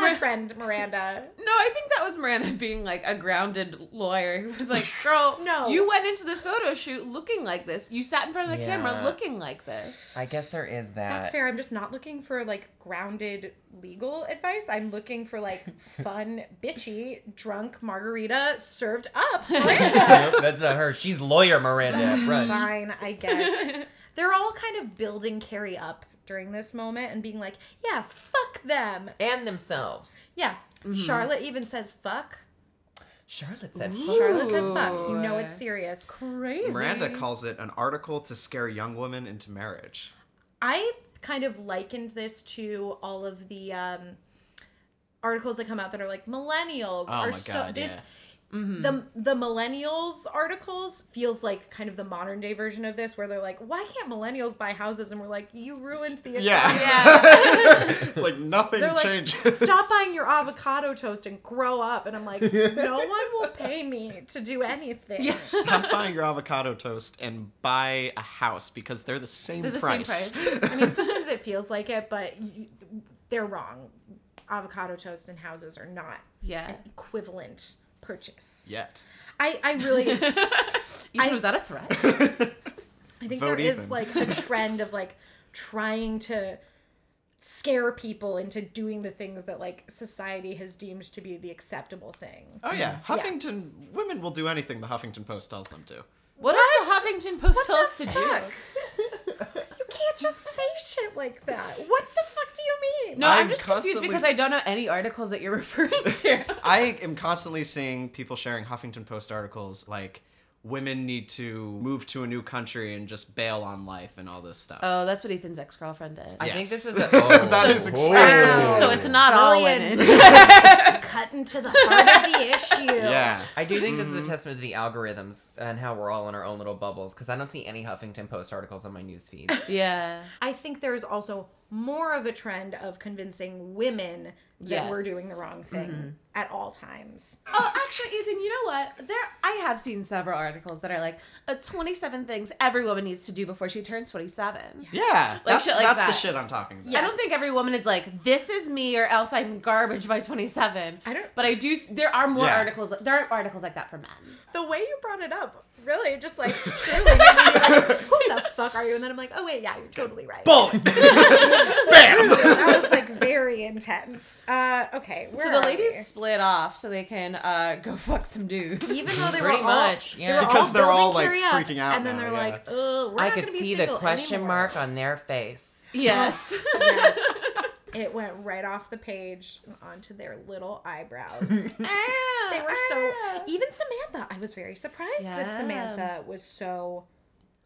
S3: My friend Miranda.
S1: [laughs] No, I think that was Miranda being like a grounded lawyer who was like, girl,
S3: No.
S1: You went into this photo shoot looking like this. You sat in front of the camera
S4: Yeah.
S1: looking like this.
S4: I guess there is that.
S3: That's fair. I'm just not looking for like grounded legal advice. I'm looking for
S1: [laughs]
S3: like fun, bitchy, drunk margarita served
S1: [laughs]
S3: up. Miranda.
S4: Nope, [laughs] that's not her. She's lawyer
S3: [laughs]
S4: Miranda at brunch.
S3: Fine, I guess. They're all kind of building Carrie up during this moment and being like, yeah, fuck them.
S4: And themselves.
S3: Yeah.
S1: Mm-hmm.
S3: Charlotte even says fuck.
S4: Charlotte said,
S3: Charlotte says fuck. You know
S1: Ooh.
S3: it's serious.
S1: Crazy.
S5: Miranda calls it an article to scare young women into marriage.
S3: I kind of likened this to all of the um, articles that come out that are like millennials are
S5: Oh my
S3: so
S5: God, Mm-hmm.
S3: this the the millennials articles feels like kind of the modern day version of this where they're like why can't millennials buy houses and we're like you ruined the economy.
S5: Yeah.
S1: Yeah.
S5: It's like nothing
S3: They're like,
S5: changes.
S3: stop buying your avocado toast and grow up. And I'm like, no one will pay me to do
S1: [laughs]
S3: anything.
S1: Yes.
S5: [laughs] Stop buying your avocado toast and buy a house because they're the same,
S1: They're the same
S5: price.
S3: I mean, sometimes it feels like it, but you, they're wrong. Avocado toast and houses are not
S1: Yeah.
S3: equivalent purchase.
S5: [laughs] Yet.
S3: I, I
S5: [laughs]
S3: really I
S1: Ethan,
S3: I-
S1: was that a threat?
S5: Vote
S3: think there is
S5: even.
S3: like a trend of like trying to scare people into doing the things that like society has deemed to be the acceptable thing.
S5: Oh yeah. Huffington women will do anything the Huffington Post tells them to.
S1: [laughs] what does the Huffington Post tell us to do?
S3: Fuck. [laughs] you can't just say shit like that. What the fuck do you mean?
S1: No, I'm,
S5: I'm
S1: just confused
S5: constantly-
S1: because I don't know any articles that you're [laughs] referring to.
S5: I am constantly seeing people sharing Huffington Post articles like women need to move to a new country and just bail on life and all this stuff.
S1: oh, that's what Ethan's ex girlfriend did.
S4: I
S5: Yes.
S4: think this is a.
S5: [laughs]
S4: Oh,
S5: That is expensive.
S1: So it's not all
S3: Million.
S1: women. [laughs]
S3: Cut into the heart of the issue.
S5: [laughs] Yeah.
S4: I do think this
S5: Mm-hmm.
S4: is a testament to the algorithms and how we're all in our own little bubbles because I don't see any Huffington Post articles on my
S3: [laughs]
S4: news feed.
S1: yeah.
S3: I think there is also more of a trend of convincing women that
S1: Yes. Mm-hmm.
S3: we're doing the wrong thing at all times.
S1: Oh, actually, Ethan, you know what? There, I have seen several articles that are like uh, 27 things every woman needs to do before she turns 27.
S5: Yeah. that's
S1: shit like
S5: that's the
S1: that.
S5: shit I'm talking about.
S1: I don't think every woman is like, "This is me," or else I'm garbage by 27.
S3: I don't-
S1: But I do. s- There are more
S5: Yeah.
S1: articles. There are articles like that for men.
S3: The way you brought it up, really,
S5: [laughs]
S3: just like truly, made me like, who the fuck are you? And then I'm like, oh wait, yeah, you're totally right.
S5: Bullet. Bam.
S3: That was like very intense. Uh, okay, where
S1: So the
S3: are
S1: ladies
S3: we?
S1: split off so they can uh, go [laughs] fuck some dude.
S3: even though they
S4: Pretty
S3: were
S4: much,
S3: all,
S4: yeah.
S3: they were
S5: Because they're
S3: building
S5: all, like,
S3: Carrie up,
S5: freaking out
S3: and then
S5: now,
S3: they're
S5: yeah.
S3: like, "Oh, we're
S4: I
S3: not
S4: could
S3: gonna be
S4: see the
S3: single
S4: question
S3: anymore."
S4: mark on their face.
S1: [laughs] Yes.
S3: Yes. it went right off the page and onto their little
S5: [laughs]
S3: eyebrows. they were so.
S1: Ah.
S3: Even Samantha, I was very surprised
S1: Yeah.
S3: that Samantha was so,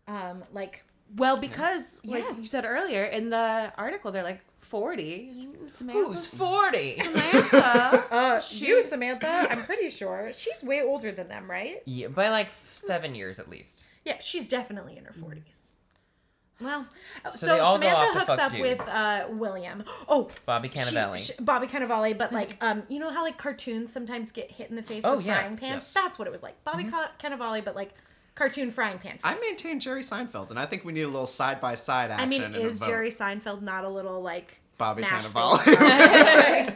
S3: um, like
S1: Well, because like
S3: Yeah.
S1: you said earlier in the article, they're like forty. Samantha,
S4: Who's 40?
S1: Samantha?
S3: Uh,
S1: you,
S3: you, Samantha, I'm pretty sure. She's way older than them, right?
S4: Yeah, by like f- seven years at least.
S3: Yeah, she's definitely in her 40s. Well, so,
S4: they all go off
S3: Samantha
S4: to
S3: hooks
S4: fuck
S3: up
S4: dudes.
S3: with uh, William. Oh,
S4: Bobby
S3: she-
S4: Cannavale.
S3: she- Bobby Cannavale, but like, um, you know how like cartoons sometimes get hit in the face
S4: Oh,
S3: with
S4: yeah.
S3: frying pans?
S5: Yes.
S3: That's what it was like. Bobby Ca- Cannavale, but like cartoon frying pan. Face.
S5: I maintain Jerry Seinfeld, and I think we need a little side by side
S3: I
S5: action.
S3: mean,
S5: and a
S3: is
S5: vote.
S3: Jerry Seinfeld not a little like
S5: Bobby
S3: smash
S5: [laughs] Cannavale?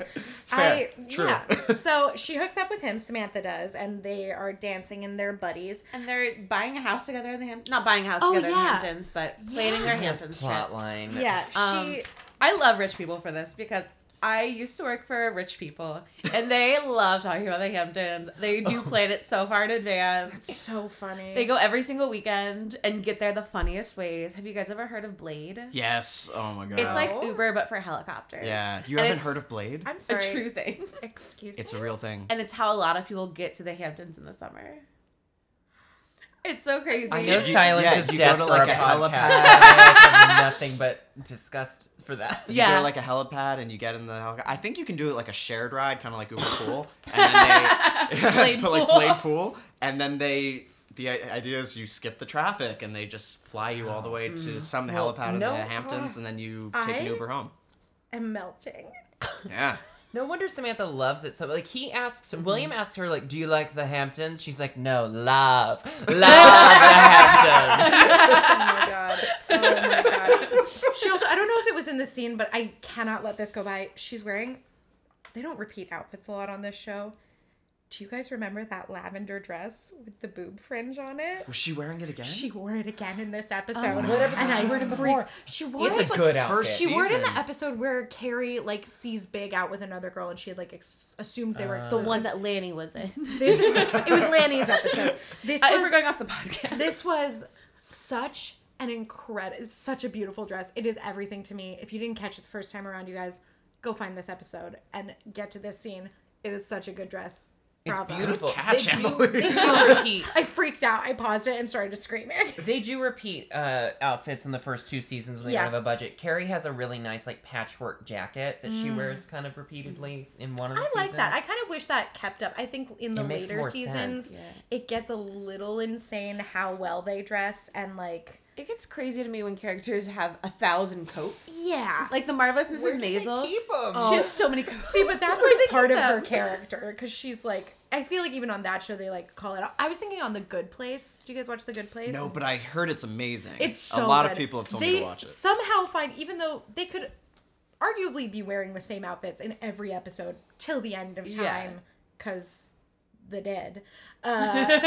S5: Fair.
S3: I,
S5: True.
S3: Yeah. so she hooks up with him. Samantha does, and they are dancing and they're buddies.
S1: [laughs] and they're buying a house together in the Ham- not buying a house
S3: Oh,
S1: together in the
S3: yeah.
S1: Hamptons, but planning their
S4: Yes,
S1: Hamptons
S4: plot
S1: trip.
S4: line.
S3: Yeah, she.
S1: Um, I love rich people for this because I used to work for rich people, and they [laughs] love talking about the Hamptons. They do
S5: [laughs]
S1: plan it so far in advance.
S3: so funny.
S1: They go every single weekend and get there the funniest ways. Have you guys ever heard of Blade?
S5: yes. Oh my god.
S1: It's like
S3: No.
S1: Uber but for helicopters.
S5: Yeah. You
S1: And
S5: haven't
S1: it's
S5: heard of Blade?
S3: I'm
S1: a
S3: sorry.
S1: true thing.
S3: Excuse
S5: It's
S3: me.
S5: a real thing.
S1: And it's how a lot of people get to the Hamptons in the summer. It's so crazy. [laughs]
S4: I know
S5: You-
S4: silence
S5: yeah,
S4: is
S5: you go
S4: death
S5: to,
S4: for
S5: like,
S4: a
S5: a
S4: podcast.
S5: helipad.
S4: I have [laughs] nothing but disgust for that.
S5: You
S1: Yeah.
S5: go to like a helipad and you get in the helicopter. I think you can do it like a shared ride, kind of like
S3: [laughs]
S5: Uber Pool, and then they
S1: Blade
S5: [laughs] put like
S1: pool.
S5: Blade Pool, and then they. The i- idea is you skip the traffic and they just fly you all the way to
S3: Mm.
S5: some
S4: Well,
S5: helipad in
S4: no,
S5: the Hamptons, and then you take
S3: I-
S5: an Uber home.
S3: I'm melting.
S5: Yeah.
S4: No wonder Samantha loves it so. Like he asks,
S5: Mm-hmm.
S4: William asked her, like, "Do you like the Hamptons?" She's like, "No, love, love the
S3: [laughs]
S4: Hamptons."
S3: Oh my god. Oh my god. She also I don't know if it was in the scene, but I cannot let this go by. She's wearing they don't repeat outfits a lot on this show. Do you guys remember that lavender dress with the boob fringe on
S5: [laughs]
S3: it?
S5: Was she wearing it again?
S3: She wore it again in this episode.
S4: What episode
S3: And
S4: did
S3: I
S4: she wear Oh. it in
S3: freaked-
S4: before?
S3: She wore
S4: It's
S3: it
S4: a
S3: like
S4: good outfit.
S5: first
S3: she wore it in the
S5: season.
S3: episode where Carrie like sees Big out with another girl, and she had like ex- assumed
S4: Uh.
S3: they were
S1: the
S3: exclusive.
S1: one that Lanny was [laughs] in.
S3: This- it was Lanny's episode. This
S1: I,
S3: was
S1: we're going off the podcast.
S3: this was such an incredible it's such a beautiful dress it is everything to me if you didn't catch it the first time around you guys go find this episode and get to this scene it is such a good dress
S4: It's
S3: Bravo.
S4: beautiful.
S5: catch,
S4: they, do,
S5: Emily.
S4: they do
S5: [laughs]
S4: repeat.
S3: i freaked out i paused it and started
S4: [laughs]
S3: screaming
S4: They do repeat uh, outfits in the first two seasons when they
S3: Yeah.
S4: don't have a budget. Carrie has a really nice like patchwork jacket that she wears kind of repeatedly in one of the
S3: Mm. i like that i
S4: seasons.
S3: kind of wish that kept up i think in the
S4: It makes
S3: later
S4: more
S3: seasons
S4: sense.
S1: Yeah.
S3: it gets a little insane how well they dress and like
S1: It gets crazy to me when characters have a thousand coats.
S3: yeah like
S1: Like the marvelous Mrs. Maisel.
S4: Keep 'em.
S3: Oh,
S1: She has so many coats.
S3: See, but that's
S1: Where they
S3: like part
S1: get
S3: of her
S1: them?
S3: character because she's like, I feel like even on that show they like call it. out. I was thinking on The Good Place. Do you guys watch The Good Place?
S5: No, but I heard it's amazing.
S3: it's so
S5: a lot of
S3: good.
S5: people have told
S3: they
S5: me to watch it.
S3: Somehow find even though they could arguably be wearing the same outfits in every episode till the end of
S1: Yeah.
S3: time because the dead. Uh,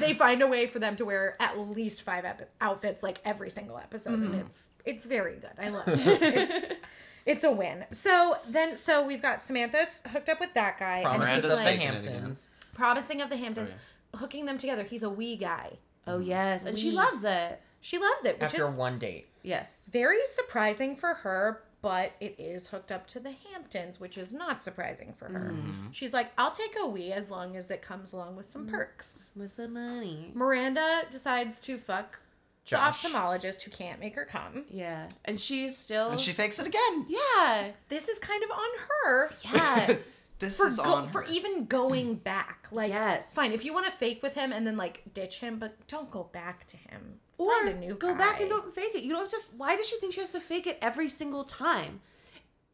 S3: they find a way for them to wear at least five ep- outfits like every single episode, and it's it's very good. I love it. It's, it's a win. So then, so we've got Samantha s- hooked up with that guy, and
S4: Promises
S3: he's
S5: Miranda's
S4: of the
S3: like
S5: faking it again.
S4: Hamptons.
S3: promising of the Hamptons,
S5: Oh,
S3: hooking them together. He's a wee guy.
S1: Oh yes, and she
S3: We-
S1: loves it.
S3: She loves it, which
S4: After
S3: is
S4: one date,
S1: Yes.
S3: very surprising for her, but it is hooked up to the Hamptons, which is not surprising for her. She's like, I'll take a wee as long as it comes along with some perks.
S1: With the money.
S3: Miranda decides to fuck
S4: Josh.
S3: the ophthalmologist who can't make her come.
S1: Yeah, and she's still.
S5: And she fakes it again.
S1: yeah,
S3: This is kind of on her.
S1: yeah.
S5: This
S3: For,
S5: is
S3: go-
S5: on
S3: for
S5: her.
S3: even going back. Like,
S1: Yes.
S3: fine, if you want to fake with him and then, like, ditch him, but don't go back to him.
S1: or
S3: Find a new
S1: go back and
S3: guy.
S1: don't fake it. You don't have to. Why does she think she has to fake it every single time?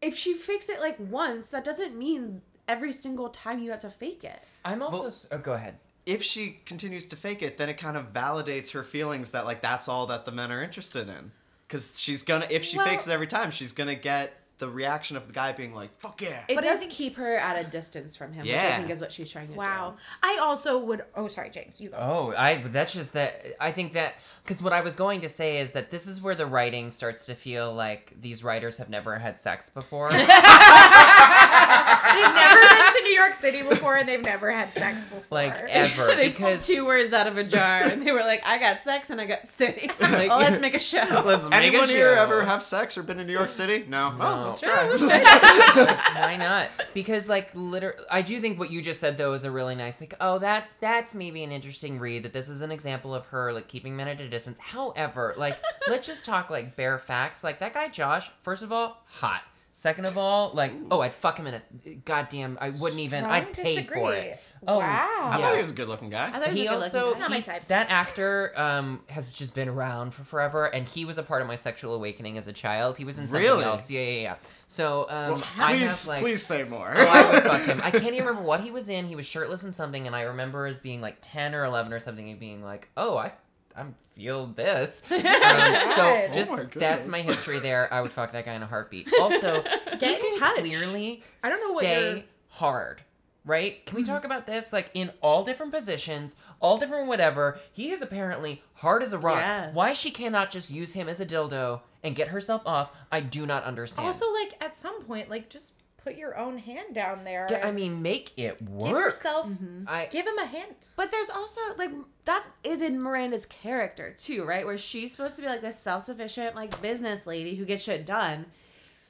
S1: If she fakes it like once, that doesn't mean every single time you have to fake it.
S4: I'm also.
S5: Well-
S4: s oh, go ahead.
S5: if she continues to fake it, then it kind of validates her feelings that like that's all that the men are interested in. Because she's gonna if she
S1: Well-
S5: fakes it every time, she's gonna get the reaction of the guy being like, "Fuck yeah."
S1: It
S3: But I
S1: does
S3: think-
S1: keep her at a distance from him, which I
S5: Yeah.
S1: think is what she's trying to
S3: Wow. I also would. Oh, sorry, James. You go.
S4: Oh, I that's just that I think that cuz what I was going to say is that this is where the
S3: [laughs]
S4: writing starts to feel like these writers have never had sex before.
S3: They've never been to New York City before, and they've never had sex before.
S4: like ever
S1: they pulled
S4: because
S1: two words out of a jar and they were like, I got sex and I got city.
S4: [laughs] Like-
S1: well, [laughs] let's make a show.
S4: [laughs] let's make
S5: Anyone
S4: a
S5: here
S4: show.
S5: ever have sex or been in New York City? No.
S4: No.
S5: Oh, let's try.
S4: Why not? Because like liter I do think what you just said though is a really nice like oh that that's maybe an interesting read that this is an example of her like keeping men at a distance. However,
S3: [laughs]
S4: like let's just talk like bare facts. Like that guy Josh, first of all, hot. Second of all, like oh I'd fuck him in a goddamn I wouldn't even
S3: Strong
S4: I'd pay for it.
S3: disagree.
S4: Oh
S3: Wow.
S5: I
S4: yeah.
S5: thought he was a good-looking guy.
S1: I thought
S4: he
S1: was a good-looking
S4: also
S1: guy.
S3: Not my
S4: he-
S3: type.
S4: that actor um, has just been around for forever, and he was a part of my sexual awakening as a child. He was in something
S5: Really?
S4: else. Yeah, yeah, yeah. So um,
S5: Well,
S4: I
S5: please,
S4: have, like,
S5: please say more.
S4: Oh, I would fuck him. I [laughs] can't even remember what he was in. He was shirtless and something, and I remember as being like ten or eleven or something, and being like, "Oh, I, I
S3: [laughs]
S4: feel this." Um, so
S3: God.
S4: just
S5: Oh my
S4: that's my
S5: goodness.
S4: history there. I would fuck that guy in a heartbeat.
S3: [laughs]
S4: Also,
S3: Get
S4: he
S3: in
S4: can
S3: touch.
S4: clearly
S3: I don't know what Mm-hmm.
S4: stay
S3: your-
S4: hard. Right? Can we talk about this? Like in all different positions, all different whatever. He is apparently hard as a rock.
S1: Yeah.
S4: Why she cannot just use him as a dildo and get herself off, I do not understand.
S3: Also, like at some point, like just put your own hand down there.
S4: Yeah, I
S3: and
S4: mean, make it work.
S3: give yourself,
S4: I
S3: give him a hint.
S1: But there's also like that is in Miranda's character too, right? Where she's supposed to be like this self-sufficient like business lady who gets shit done.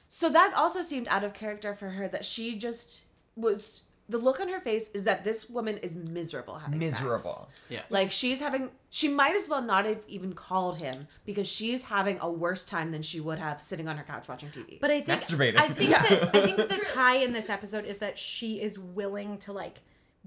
S1: So that also seemed out of character for her that she just was the look on her face is that this woman is miserable having sex.
S4: Miserable.
S5: Yeah.
S1: Like she's having she might as well not have even called him because she's having a worse time than she would have sitting on her couch watching TV.
S3: But I think
S4: Masturbating.
S3: I think
S1: [laughs]
S3: that I think the tie in this episode is that she is willing to like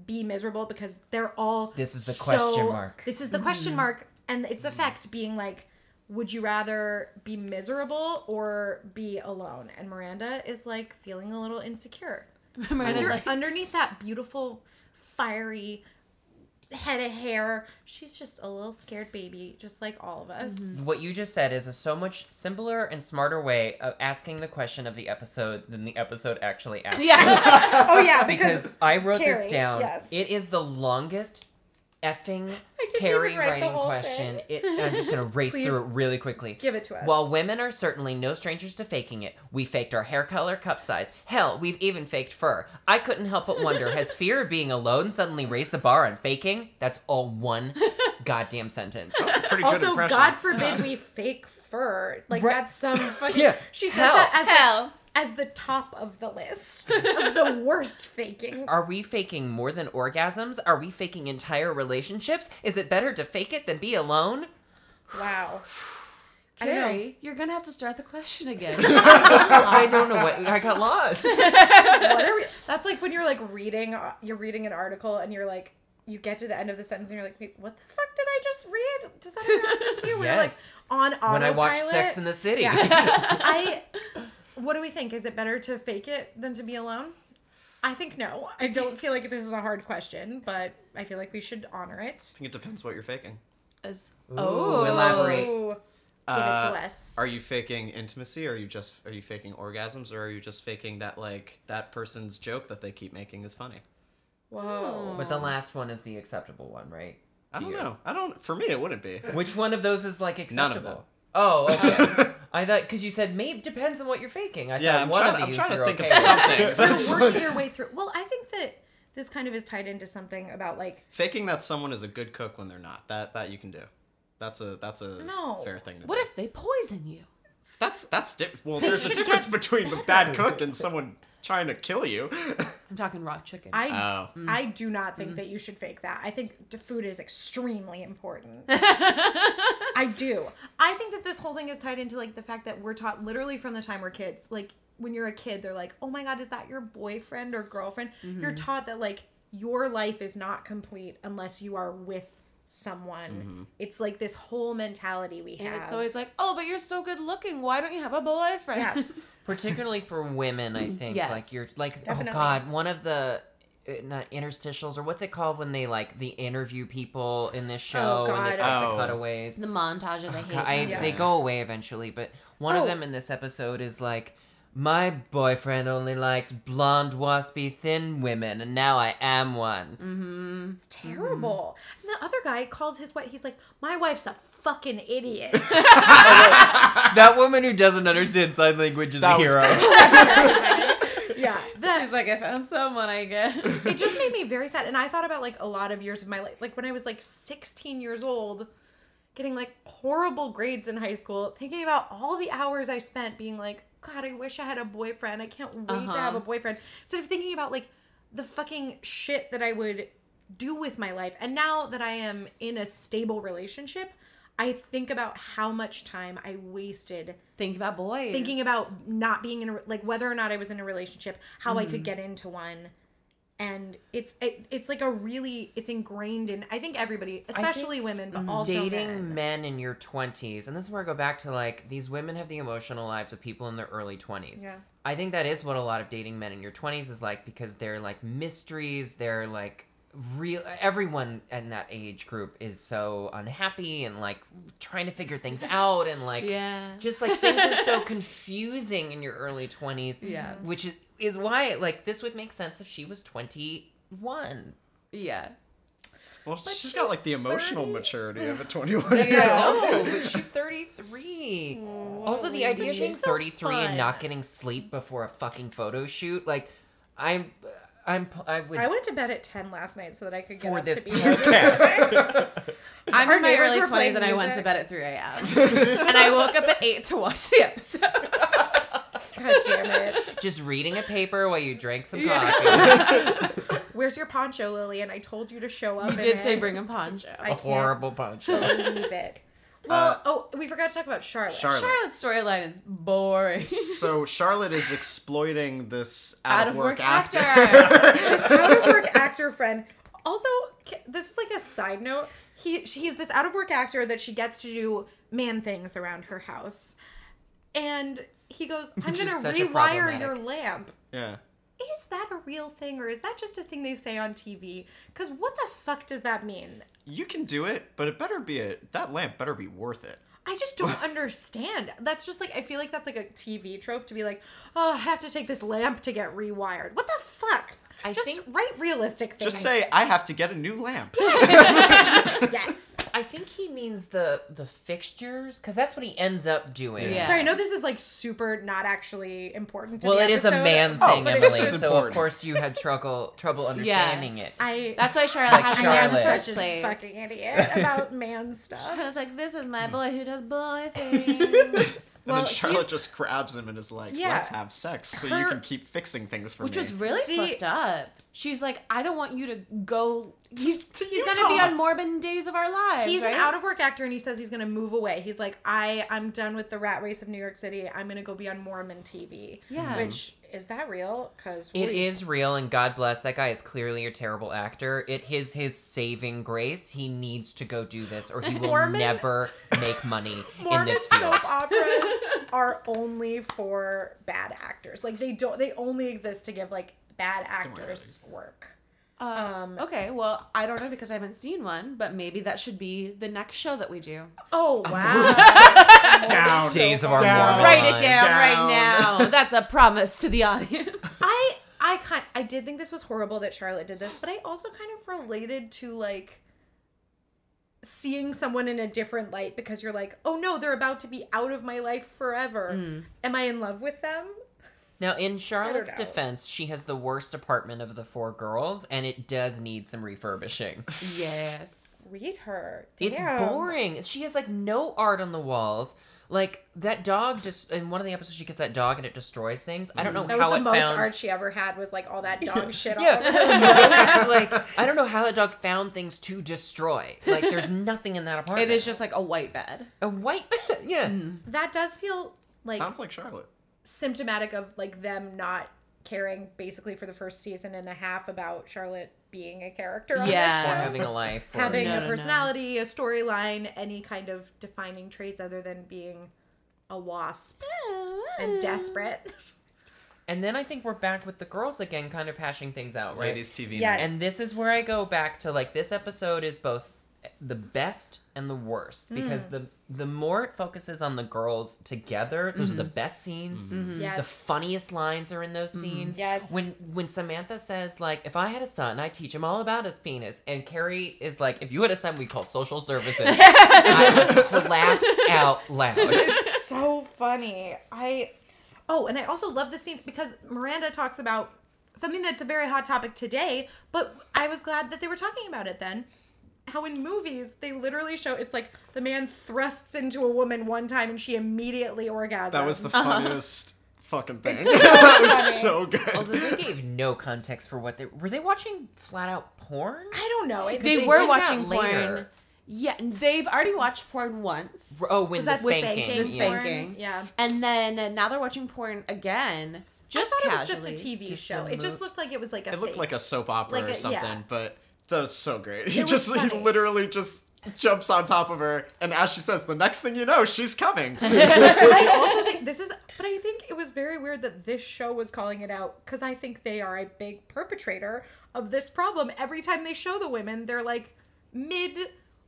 S3: be miserable because they're all
S4: This is the
S3: so-
S4: question mark.
S3: This is the
S1: Mm.
S3: question mark and its effect being like would you rather be miserable or be alone? And Miranda is like feeling a little insecure.
S1: Miranda's
S3: Under-
S1: like
S3: underneath that beautiful fiery head of hair, she's just a little scared baby just like all of us.
S1: Mm-hmm.
S4: what you just said is a so much simpler and smarter way of asking the question of the episode than the episode actually asks.
S3: Yeah. oh
S1: [laughs]
S3: yeah, because,
S4: Because I wrote
S3: Carrie,
S4: this down.
S3: yes.
S4: It is the longest effing
S3: didn't
S4: Carrie
S3: even write the
S4: writing
S3: whole
S4: question. It, I'm just
S3: [laughs]
S4: going to race
S3: Please
S4: through it really quickly.
S3: give it to us.
S4: While women are certainly no strangers to faking it, we faked our hair color, cup size. Hell, we've even faked fur. I couldn't help but wonder
S3: [laughs]
S4: has fear of being alone suddenly raised the bar on faking? That's
S3: [laughs]
S4: all one goddamn sentence.
S5: That's a pretty good
S3: also,
S5: impression.
S3: God forbid
S4: [laughs]
S3: we fake fur. Like
S4: Right.
S3: that's
S4: [laughs]
S3: some fucking.
S4: Yeah.
S3: She says
S4: Hell.
S3: that as like,
S1: Hell.
S3: as the top of the
S4: [laughs]
S3: list of the worst faking.
S4: Are we faking more than orgasms? Are we faking entire relationships? Is it better to fake it than be alone?
S3: Wow. [laughs] I know.
S1: Carrie, you're gonna have to start the question again.
S3: [laughs]
S4: I don't know what I got lost.
S3: What are we? That's like when you're like reading. uh, You're reading an article and you're like. You get to the end of the sentence and you're like, Wait, what the fuck did I just read? Does that
S4: [laughs]
S3: ever happen to you? When
S4: Yes.
S3: you're like on autopilot.
S4: when I watched Sex in the City.
S3: Yeah.
S4: [laughs]
S3: I. What do we think? Is it better to fake it than to be alone? I think no. I don't feel like this is a hard question, but I feel like we should honor it.
S5: I think it depends what you're faking.
S1: As-
S3: Oh.
S4: elaborate.
S3: Ooh, give it
S5: Uh,
S3: to us.
S5: Are you faking intimacy? Or are you just are you faking orgasms? Or are you just faking that like that person's joke that they keep making is funny?
S3: Whoa.
S4: But the last one is the acceptable one, right?
S5: I
S4: To
S5: don't
S4: you.
S5: know. I don't. For me, it wouldn't be.
S4: Which one of those is like
S5: None of
S4: acceptable? Oh,
S5: [laughs]
S4: okay. I thought because you said maybe depends on what you're faking. I
S5: Yeah,
S4: thought
S5: I'm
S4: one
S5: trying,
S4: of
S5: to- I'm
S4: these
S5: trying to
S4: you're
S5: think
S4: okay.
S5: of something. [laughs] [laughs]
S4: with.
S5: That's
S3: Work
S5: like-
S3: your way through. Well, I think that this kind of is tied into something about like
S5: faking that someone is a good cook when they're not. That that you can do. That's a that's a
S3: No.
S5: fair thing to
S1: what
S5: do.
S1: if they poison you?
S5: that's that's di- well? There's a
S3: should
S5: difference
S3: get
S5: between the bad cook and someone trying to kill you.
S1: I'm talking raw chicken.
S3: I
S5: Oh.
S1: Mm.
S3: I do not think that you should fake that. I think the food is extremely
S1: [laughs]
S3: important. I do. I think that this whole thing is tied into like the fact that we're taught literally from the time we're kids. Like when you're a kid, they're like, "Oh my god, is that your boyfriend or girlfriend?"
S1: Mm-hmm.
S3: You're taught that like your life is not complete unless you are with someone. It's like this whole mentality we
S1: Mm-hmm. And
S3: have.
S1: it's always like, oh, but you're so good looking. Why don't you have a boyfriend? [laughs]
S3: Yeah.
S4: particularly for women i think
S1: Yes.
S4: like you're like
S3: Definitely.
S4: oh god one of the uh, not interstitials or what's it called when they like the interview people in this show
S3: Oh,
S4: and it's
S5: God.
S4: like
S5: Oh.
S4: the cutaways
S1: The montage of the hate.
S4: I,
S1: men.
S4: they go away eventually but one
S3: Oh.
S4: of them in this episode is like my boyfriend only liked blonde waspy thin women and now i am one
S3: It's
S1: Mm-hmm.
S3: terrible. And the other guy calls his wife. He's like, "My wife's a fucking idiot."
S1: [laughs]
S4: that woman who doesn't understand sign language is a
S5: That was-
S4: hero
S3: yeah.
S1: [laughs] She's like, I found someone, I guess. [laughs]
S3: it just made me very sad. And I thought about like a lot of years of my life, like when I was like 16 years old, getting like horrible grades in high school, thinking about all the hours I spent being like, God, I wish I had a boyfriend. I can't wait to have
S1: Uh-huh.
S3: a boyfriend. Instead of thinking about like the fucking shit that I would do with my life. And now that I am in a stable relationship, I think about how much time I wasted
S1: Think about boys.
S3: thinking about not being in a like whether or not I was in a relationship, how I could get into one, and it's it, it's like a really it's ingrained in I think everybody, especially women, but also
S4: mm, dating
S3: men.
S4: men. in your 20s and this is where i go back to like these women have the emotional lives of people in their early 20s
S3: Yeah.
S4: i think that is what a lot of dating men in your 20s is like because they're like mysteries they're like real everyone in that age group is so unhappy and like trying to figure things out and like
S1: Yeah.
S4: just like things are so confusing in your early 20s
S1: Yeah.
S4: which is, is why like this would make sense if she was 21
S1: Yeah.
S5: Well, she's got like the emotional
S3: 30.
S5: maturity of a 21 year
S1: Yeah.
S4: [laughs]
S5: old.
S4: No, but she's 33. also, the idea of being
S3: she's so
S4: 33
S3: fun.
S4: and not getting sleep before a fucking photo shoot, like, I'm, I'm, I would.
S3: I went to bed at ten last night so that I could get
S4: for
S3: up
S4: this
S3: to be here.
S4: podcast.
S1: I'm
S3: Our
S1: in my
S3: neighbors
S1: early
S3: were playing
S1: 20s and I went to
S3: music.
S1: bed at 3 a.m. and I woke up at 8 to watch the [laughs] episode.
S3: God damn
S4: [laughs]
S3: it!
S4: [laughs] Just reading a paper while you drank some coffee.
S1: Yeah.
S3: [laughs] Where's your poncho, Lillian? I told you to show up.
S1: You
S3: in
S1: did
S3: it.
S1: say bring a poncho.
S3: I
S4: A
S3: can't
S4: horrible punch.
S3: believe it. Well, oh, we forgot to talk about Charlotte.
S5: Charlotte.
S1: Charlotte's storyline is boring.
S5: So Charlotte is exploiting this out,
S1: [laughs] Out of work actor.
S3: this out of work actor friend. Also, ca- this is like a side note. He she- he's this out of work actor that she gets to do man things around her house, and he goes, "I'm
S4: is
S3: gonna
S4: such a
S3: rewire
S4: problematic-
S3: your lamp."
S5: yeah.
S3: Is that a real thing, or is that just a thing they say on TV? Because what the fuck does that mean?
S5: You can do it, but it better be a that lamp better be worth it.
S3: I just
S4: [laughs]
S3: don't understand. That's just like I feel like that's like a TV trope to be like, oh, I have to take this lamp to get rewired. What the fuck?
S4: I
S3: just
S4: think-
S3: write realistic things.
S5: Just say I have to get a new lamp.
S3: [laughs] yes.
S4: I think he means the the fixtures, because that's what he ends up doing.
S1: Yeah.
S3: Sorry, I know this is like super not actually important. To
S4: Well,
S3: the
S4: it is a
S3: episode.
S4: man
S5: Oh,
S4: thing,
S5: but it
S4: Emily.
S5: is
S4: So of
S5: important.
S4: course you had trouble
S3: [laughs]
S4: trouble understanding it.
S3: I
S1: That's why Charlotte
S4: Like
S1: has
S4: Charlotte.
S1: Charlotte. in the
S3: I'm
S1: first
S3: such
S1: place.
S3: a fucking
S4: [laughs]
S3: idiot about man stuff.
S1: I was like, this is my boy who does [laughs] boy things.
S5: And
S3: Well,
S5: then Charlotte
S3: he's-
S5: just grabs him and is like,
S3: Yeah.
S5: "Let's have sex, so you
S3: Her-
S5: can keep fixing things for
S1: Which
S5: me."
S1: was really
S3: The-
S1: fucked up. She's like, I don't want you to go. He's,
S5: to
S1: he's going [laughs] to be
S5: Utah.
S1: on Morbid Days of Our Lives.
S3: He's
S1: right?
S3: an out of work actor, and he says he's gonna move away. He's like, I, I'm done with the rat race of New York City. I'm gonna go be on Mormon TV.
S1: Yeah.
S3: Which is that real? Because
S4: It is real, and God bless that guy is clearly a terrible actor. It is his saving grace. He needs to go do this, or
S3: [laughs]
S4: he will
S3: Mormon-
S4: never
S3: [laughs]
S4: make money in
S3: Mormon
S4: this field.
S3: soap operas [laughs] are only for bad actors. Like they don't. They only exist to give like bad actors work.
S1: Um, okay, well, I don't know because I haven't seen one, but maybe that should be the next show that we do.
S3: Oh wow. [laughs]
S4: [laughs]
S5: down.
S4: Days of our
S5: Down.
S4: Mormon
S1: Write it
S4: lives.
S1: down,
S5: Down.
S1: right
S5: [laughs]
S1: now. [laughs] That's a promise to the audience.
S3: I I kind I did think this was horrible that Charlotte did this, but I also kind of related to like seeing someone in a different light because you're like, oh no, they're about to be out of my life forever.
S4: Mm.
S3: Am I in love with them?
S4: Now, in Charlotte's
S3: know.
S4: defense, she has the worst apartment of the four girls, and it does need some
S3: [laughs]
S4: refurbishing.
S1: [laughs] yes.
S3: Read her.
S4: It's
S3: Damn.
S4: boring. She has like no art on the walls. Like that dog just in one of the episodes, she gets that dog and it destroys things. I don't know
S3: Mm-hmm. That was
S4: how
S3: the
S4: it
S3: most
S4: found.
S3: art she ever had was like all
S4: [laughs]
S3: that dog shit. All over. her.
S4: Yeah. like I don't know how that dog found things to destroy. Like [laughs] there's nothing in that apartment.
S1: It is just like a white bed.
S4: a white [laughs] Mm. yeah.
S3: That does feel like
S5: Sounds like Charlotte.
S3: symptomatic of like them not caring basically for the first season and a half about Charlotte being a character. On
S1: Yeah.
S3: This show.
S4: Or Uh, having a life. Or,
S3: having
S1: No,
S3: a
S1: no, no.
S3: personality, a storyline, any kind of defining traits other than being a wasp and desperate.
S4: And then I think we're back with the girls again, kind of hashing things out, right?
S5: Ladies TV.
S3: Yes.
S5: night.
S4: And this is where I go back to like this episode is both the best and the worst because the the more it focuses on the girls together, those are the best scenes. The
S3: Yes. Mm-hmm.
S4: funniest lines are in those scenes.
S3: Yes.
S4: When when Samantha says like, "If I had a son, I'd teach him all about his penis," and Carrie is like, "If you had a son, we would call social
S3: [laughs]
S4: services."
S3: [laughs]
S4: I would laugh out loud.
S3: It's so funny. I Oh, and I also love the scene because Miranda talks about something that's a very hot topic today, but I was glad that they were talking about it then. How in movies they literally show it's like the man thrusts into a woman one time and she immediately orgasms.
S5: That was the
S3: Uh-huh.
S5: funniest fucking thing. [laughs] that was so
S4: Although
S5: good.
S4: they gave no context for what they were they watching flat out porn?
S3: I don't know. It's,
S1: They,
S4: They
S1: were
S4: did that
S1: watching porn.
S4: later.
S1: [laughs] Yeah, they've already watched porn once.
S4: Oh, when the
S3: Was that
S4: spanking.
S3: spanking?
S1: The
S3: Yeah.
S1: spanking.
S3: Porn, yeah.
S1: And then uh, now they're watching porn again. Just
S3: I thought
S1: casually.
S3: it was just a TV
S4: just
S3: show.
S4: a
S3: it just
S4: mo-
S3: looked like it was like a.
S5: It looked
S3: fake.
S5: like a soap opera
S3: Like a-
S5: or
S3: yeah.
S5: something, but that was so great. He
S3: It was
S5: just he
S3: funny.
S5: literally just jumps on top of her, and as she says, the next thing you know, she's
S3: [laughs]
S5: coming.
S3: I also think this is, but I think it was very weird that this show was calling it out because I think they are a big perpetrator of this problem. Every time they show the women, they're like mid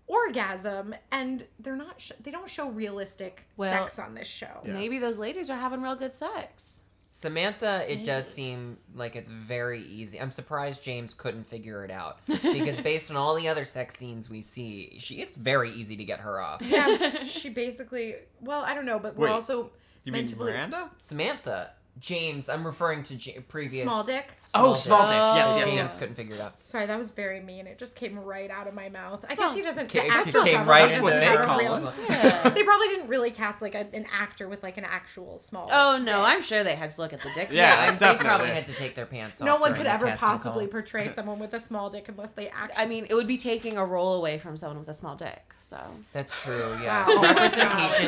S3: orgasm, and they're not. Sh- they don't show realistic
S1: Well-
S3: sex on this show.
S5: Yeah.
S1: Maybe those ladies are having real good sex.
S4: Samantha, it does seem like it's very easy. I'm surprised James couldn't figure it out
S3: [laughs]
S4: because based on all the other sex scenes we see, she it's very easy to get her
S1: [laughs]
S4: off.
S3: Yeah, she basically. Well, I don't know, but we're
S5: Wait,
S3: also
S5: You mean
S3: meant to believe
S5: Miranda?
S4: Samantha, James, I'm referring to J- previous
S3: small dick.
S5: Oh,
S4: Small
S5: small
S4: dick.
S5: dick. Yes,
S1: Oh.
S5: yes,
S4: James
S5: yes.
S4: couldn't figure it out.
S3: Sorry, that was very mean. It just came right out of my mouth. I
S1: Small
S3: guess he doesn't.
S4: Ca-
S3: The
S4: it
S3: actual
S4: came
S3: level
S4: right
S3: is
S5: in
S3: not
S5: there.
S3: real.
S1: Yeah.
S3: [laughs] they probably didn't really cast like a, an actor with like an actual small.
S1: oh no, I'm sure they had to look at the dicks.
S5: Yeah,
S4: I'm,
S1: I'm-
S4: they
S5: definitely.
S4: probably had to take their pants off.
S3: no one
S4: during
S3: could
S4: the
S3: ever
S4: casting call.
S3: possibly portray
S4: [laughs]
S3: someone with a small dick unless they act.
S1: I mean, it would be taking a role away from someone with a small dick. So
S4: That's true. Yeah,
S3: Wow.
S4: representation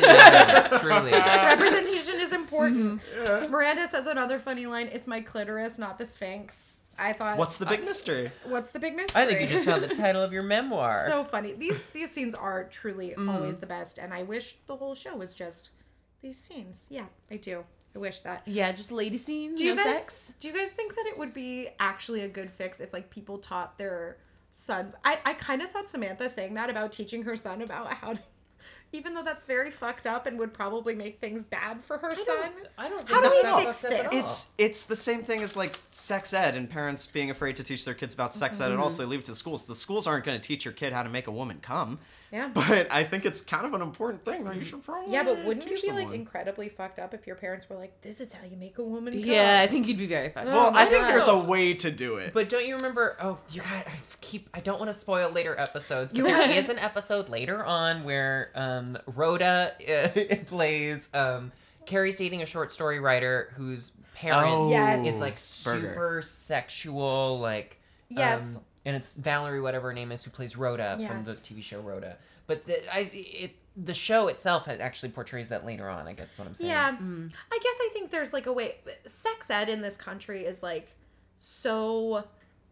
S3: [laughs]
S4: matters. Truly.
S3: Representation is important.
S4: Mm-hmm.
S3: Miranda says another funny line: "It's my clitoris, not the sphinx." I thought,
S5: What's the big mystery?
S3: what's the big mystery?
S4: I think you just
S3: [laughs]
S4: found the title of your memoir.
S3: so funny. These these scenes are truly
S4: Mm-hmm.
S3: always the best, and I wish the whole show was just these scenes. Yeah, I do. I wish that.
S1: yeah, just lady scenes,
S3: Do you
S1: no
S3: guys
S1: sex.
S3: do you guys think that it would be actually a good fix if like people taught their sons? I I kind of thought Samantha saying that about teaching her son about how to, even though that's very fucked up and would probably make things bad for her son.
S4: I don't. Think
S3: How do we
S4: that's
S3: fix
S4: fucked up at
S3: this?
S4: all.
S5: It's it's the same thing as like sex ed and parents being afraid to teach their kids about sex ed at
S3: Mm-hmm.
S5: all, so they leave it to the schools. The schools aren't going to teach your kid how to make a woman come.
S3: Yeah.
S5: But I think it's kind of an important thing that you should probably
S3: Yeah, but wouldn't you be
S5: teach
S3: like
S5: someone.
S3: incredibly fucked up if your parents were like, "This is how you make a woman"? come?"
S1: Yeah, I think you'd be very fucked.
S5: well,
S1: up.
S5: I think there's a way to do it.
S4: But don't you remember? Oh, you got. I keep. I don't want to spoil later episodes, but there is an episode later on where um, Rhoda [laughs] uh, plays um, Carrie's dating a short story writer whose parent
S5: Oh,
S3: Yes.
S4: is like
S5: burger.
S4: super sexual, like
S3: Yes.
S4: um, and it's Valerie, whatever her name is, who plays Rhoda from
S3: Yes.
S4: the TV show Rhoda. But the I it the show itself had- actually portrays that later on. I guess is what I'm saying.
S3: Yeah.
S1: Mm.
S3: I guess I think there's like a way sex ed in this country is like so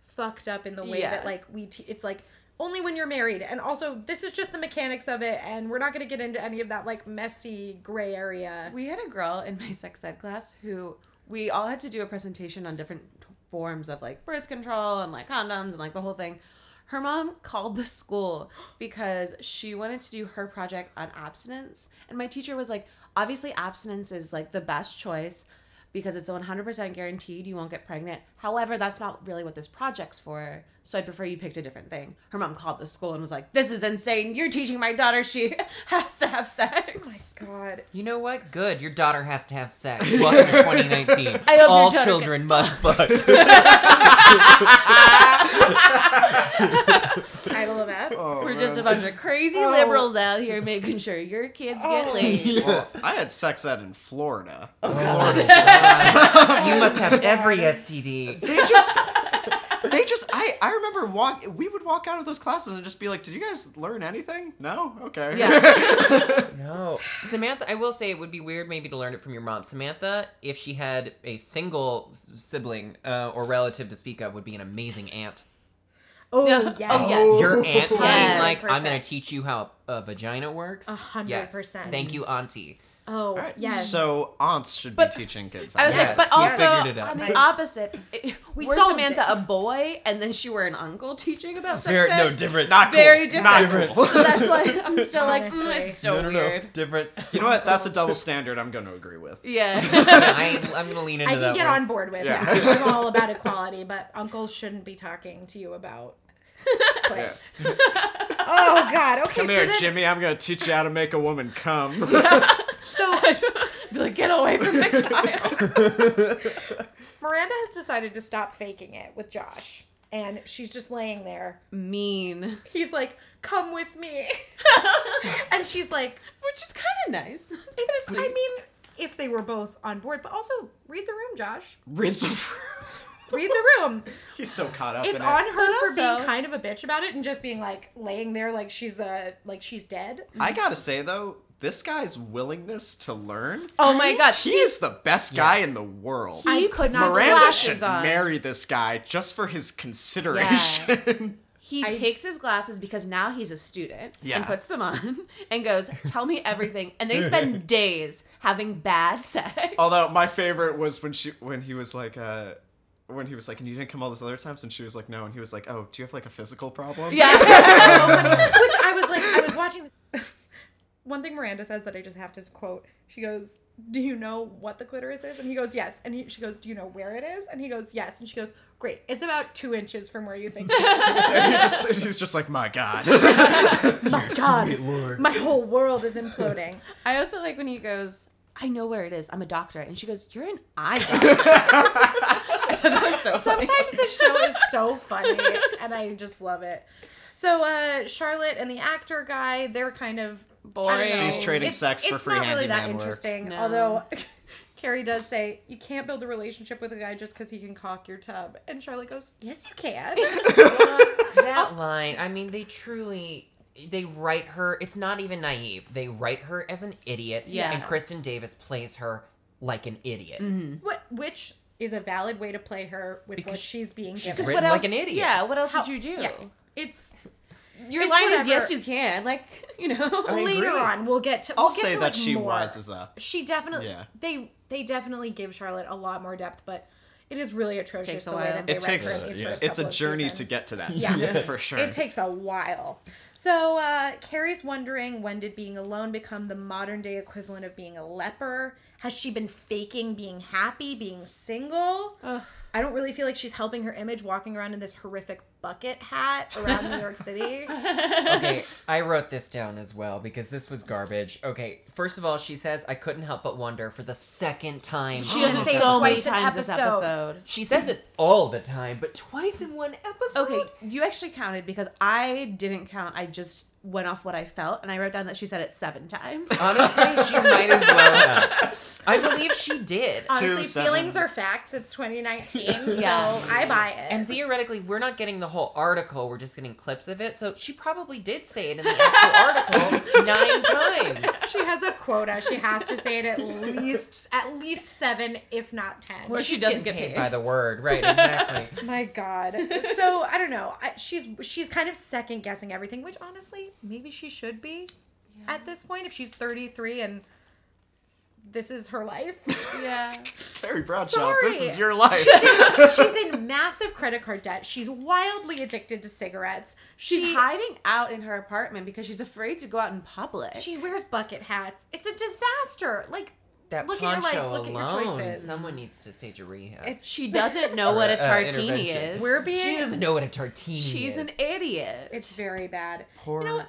S3: fucked up in the way
S1: Yeah.
S3: that like we te- it's like only when you're married and also this is just the mechanics of it and we're not going to get into any of that like messy gray area.
S1: [laughs] We had a girl in my sex ed class who we all had to do a presentation on different forms of like birth control and like condoms and like the whole thing. Her mom called the school because she wanted to do her project on abstinence. And my teacher was like, obviously, abstinence is like the best choice because it's 100% guaranteed you won't get pregnant. However, that's not really what this project's for. So I prefer you picked a different thing. Her mom called the school and was like, this is insane. You're teaching my daughter she [laughs] has to have sex.
S3: God.
S4: You know what? Good. Your daughter has to
S1: [laughs]
S4: have sex. Welcome to 2019.
S1: hope your
S4: All
S1: daughter
S4: children
S1: gets [laughs]
S4: must fuck.
S3: Title of that.
S5: Oh.
S1: We're
S4: Oh,
S1: just a bunch of crazy liberals out here making sure your kids get [laughs] laid.
S5: [laughs] Well, I had sex ed in Florida.
S4: you must have every STD.
S5: They just they just I I remember walk we would walk out of those classes and just be like, "Did you guys learn anything?" No? Okay. [laughs]
S1: Yeah.
S4: No. Samantha, I will say it would be weird maybe to learn it from your mom. Samantha, if she had a single s- sibling uh, or relative to speak of, would be an amazing aunt.
S3: Oh,
S1: Yeah.
S3: yes.
S1: Oh, yes.
S4: Your aunt being
S1: Yes.
S4: like, I'm going to teach you how a vagina works. A
S3: hundred percent.
S4: Thank you, auntie.
S3: Oh,
S5: All right.
S3: yes.
S5: So aunts should
S1: But-
S5: be teaching kids.
S1: I was
S5: how to
S4: Yes,
S1: like, but
S4: you
S1: also
S4: figured it out.
S1: on the opposite, it, we
S3: We
S1: saw
S3: solved
S1: Samantha
S3: it.
S1: a boy, and then she were an uncle teaching about sex.
S4: Very-
S1: ed.
S4: no, different.
S5: Not
S1: very
S5: cool.
S1: different.
S5: Not cool.
S1: so that's why [laughs] I'm still like, mm,
S3: Honestly.
S1: it's still weird.
S4: Different.
S5: You know what? That's a double standard I'm going to agree with.
S1: Yeah. [laughs]
S4: I, I'm going to lean into
S3: I can
S4: that
S3: get
S4: one.
S3: on board with
S5: Yeah.
S3: yeah. I'm
S5: [laughs]
S3: all about equality, but uncles shouldn't be talking to you about clits. Oh God. Okay.
S5: Come
S3: so
S5: here, [laughs]
S3: then-
S5: Jimmy. I'm going to teach you how to make a woman come.
S3: So
S1: Be [laughs] like, get away from the child.
S3: Miranda has decided to stop faking it with Josh, and she's just laying there.
S1: mean.
S3: He's like, "Come with me," [laughs] and she's like,
S1: Which is kind of nice. It's kinda
S3: it's, "I
S1: sweet.
S3: mean, if they were both on board, but also read the room, Josh.
S5: Rid the [laughs]
S3: Read the room.
S5: He's so caught up
S3: it's
S5: in
S3: on
S5: it.
S3: her
S1: But
S3: for being
S1: also-
S3: kind of a bitch about it and just being like laying there like she's uh like she's dead.
S5: I gotta say though, this guy's willingness to learn.
S1: oh my god.
S5: He is the best guy
S4: Yes.
S5: in the world.
S3: I could not
S5: Miranda
S1: glasses
S5: should
S1: on.
S5: marry this guy just for his consideration.
S1: He takes his glasses because now he's a student
S5: Yeah.
S1: and puts them on [laughs] and goes, "Tell me everything." And they spend days having bad sex.
S5: [laughs] Although my favorite was when she when he was like uh when he was like, and you didn't come all those other times, and she was like, no, and he was like, oh, do you have like a physical problem?
S1: [laughs] [laughs] Yeah.
S3: Which I was like, I was watching. [laughs] One thing Miranda says that I just have to quote. She goes, "Do you know what the clitoris is?" And he goes, "Yes." And he, she goes, "Do you know where it is?" And he goes, "Yes." And she goes, "Great. It's about two inches from where you think." It is.
S5: [laughs] and, he just, and he was just like, my god. [laughs]
S3: [laughs] My God, my whole world is imploding.
S1: I also like when he goes, "I know where it is. I'm a doctor," and she goes, "You're an eye doctor." [laughs] I thought that was so funny.
S3: Sometimes the show is so funny, and I just love it. So uh, Charlotte and the actor guy, they're kind of
S1: Boring.
S3: I don't know.
S5: She's trading
S3: It's-
S5: sex for free
S3: It's not
S5: handyman
S3: really that
S5: work.
S3: interesting.
S1: No.
S3: Although [laughs] Carrie does say you can't build a relationship with a guy just because he can cock your tub, and Charlotte goes, "Yes, you
S1: [laughs]
S3: can." Uh,
S4: that line, I mean, they truly they write her. It's not even naive. They write her as an idiot.
S1: Yeah.
S4: And Kristen Davis plays her like an idiot.
S3: Wh- Which is a valid way to play her with what
S4: Because
S3: she's being
S4: she's
S3: given.
S4: written
S1: what
S4: like
S1: else?
S4: an idiot.
S1: Yeah. What else
S3: How-
S1: would you do?
S3: Yeah, it's
S1: Your
S3: It's
S1: line
S3: whatever.
S1: is yes, you can. Like you know.
S4: I agree.
S3: later on. We'll get to. We'll
S5: I'll
S3: get
S5: say
S3: to,
S5: that
S3: like,
S5: she
S3: more.
S5: wises up.
S3: She definitely.
S5: Yeah.
S3: They they definitely give Charlotte a lot more depth, but it is really atrocious
S1: Takes a
S3: the way
S1: while.
S3: that they
S5: It
S3: write her in
S5: takes
S3: these
S5: yeah,
S3: first
S5: it's a
S3: couple of
S5: journey to
S3: seasons.
S5: get to that. [laughs]
S3: Yeah. Yes.
S5: for sure.
S3: It takes a while. So uh, Carrie's wondering when did being alone become the modern day equivalent of being a leper? Has she been faking being happy, being single? I don't really feel like she's helping her image walking around in this horrific bucket hat around New
S5: [laughs]
S3: York City.
S4: [laughs] okay, I wrote this down as well because this was garbage. Okay, first of all, she says I couldn't help but wonder for the second
S1: [laughs]
S4: time.
S1: She
S4: on
S1: doesn't
S4: the
S1: say
S3: it
S1: so
S4: episode.
S1: many
S3: twice an
S1: times this
S3: episode.
S1: episode.
S4: She says it all the time, but twice in one episode.
S1: Okay, you actually counted because I didn't count. I just went off what I felt, and I wrote down that she said it seven times.
S4: Uh, Honestly,
S3: [laughs]
S4: she might as well have. I believe she did.
S3: Honestly,
S5: Two, seven.
S3: feelings are facts. It's
S1: [laughs]
S3: 2019,
S1: Yeah.
S3: so I buy it.
S4: And theoretically, we're not getting the whole article. We're just getting clips of it. So she probably did say it in the
S3: [laughs]
S4: actual article nine times.
S3: she has a quota. She has to say it at least at least seven, if not ten.
S1: Where she
S4: She's
S1: doesn't
S4: getting
S1: get paid.
S4: by the word, right? Exactly.
S3: My God. So I don't know. I, she's she's kind of second guessing everything, which honestly, maybe she should be at this point if she's 33 and this is her life.
S1: [laughs]
S4: [laughs]
S1: yeah.
S5: Carrie Bradshaw, this
S3: Sorry.
S5: is your
S3: [laughs]
S5: life.
S3: she's in massive credit card debt. She's wildly addicted to cigarettes.
S1: She's
S3: she,
S1: hiding out in her apartment because she's afraid to go out in public.
S3: She wears bucket hats. It's a disaster. Like
S4: [laughs] That
S3: look at your
S4: poncho
S3: life. Look
S4: alone.
S3: at your choices.
S4: Someone needs to stage a rehab.
S3: It's-
S1: she doesn't know what a
S4: Uh,
S1: tartini
S4: intervention.
S1: is.
S3: We're being-
S4: she doesn't know what a tartini is.
S1: She's an idiot.
S3: it's very bad.
S2: Poor.
S3: You know what?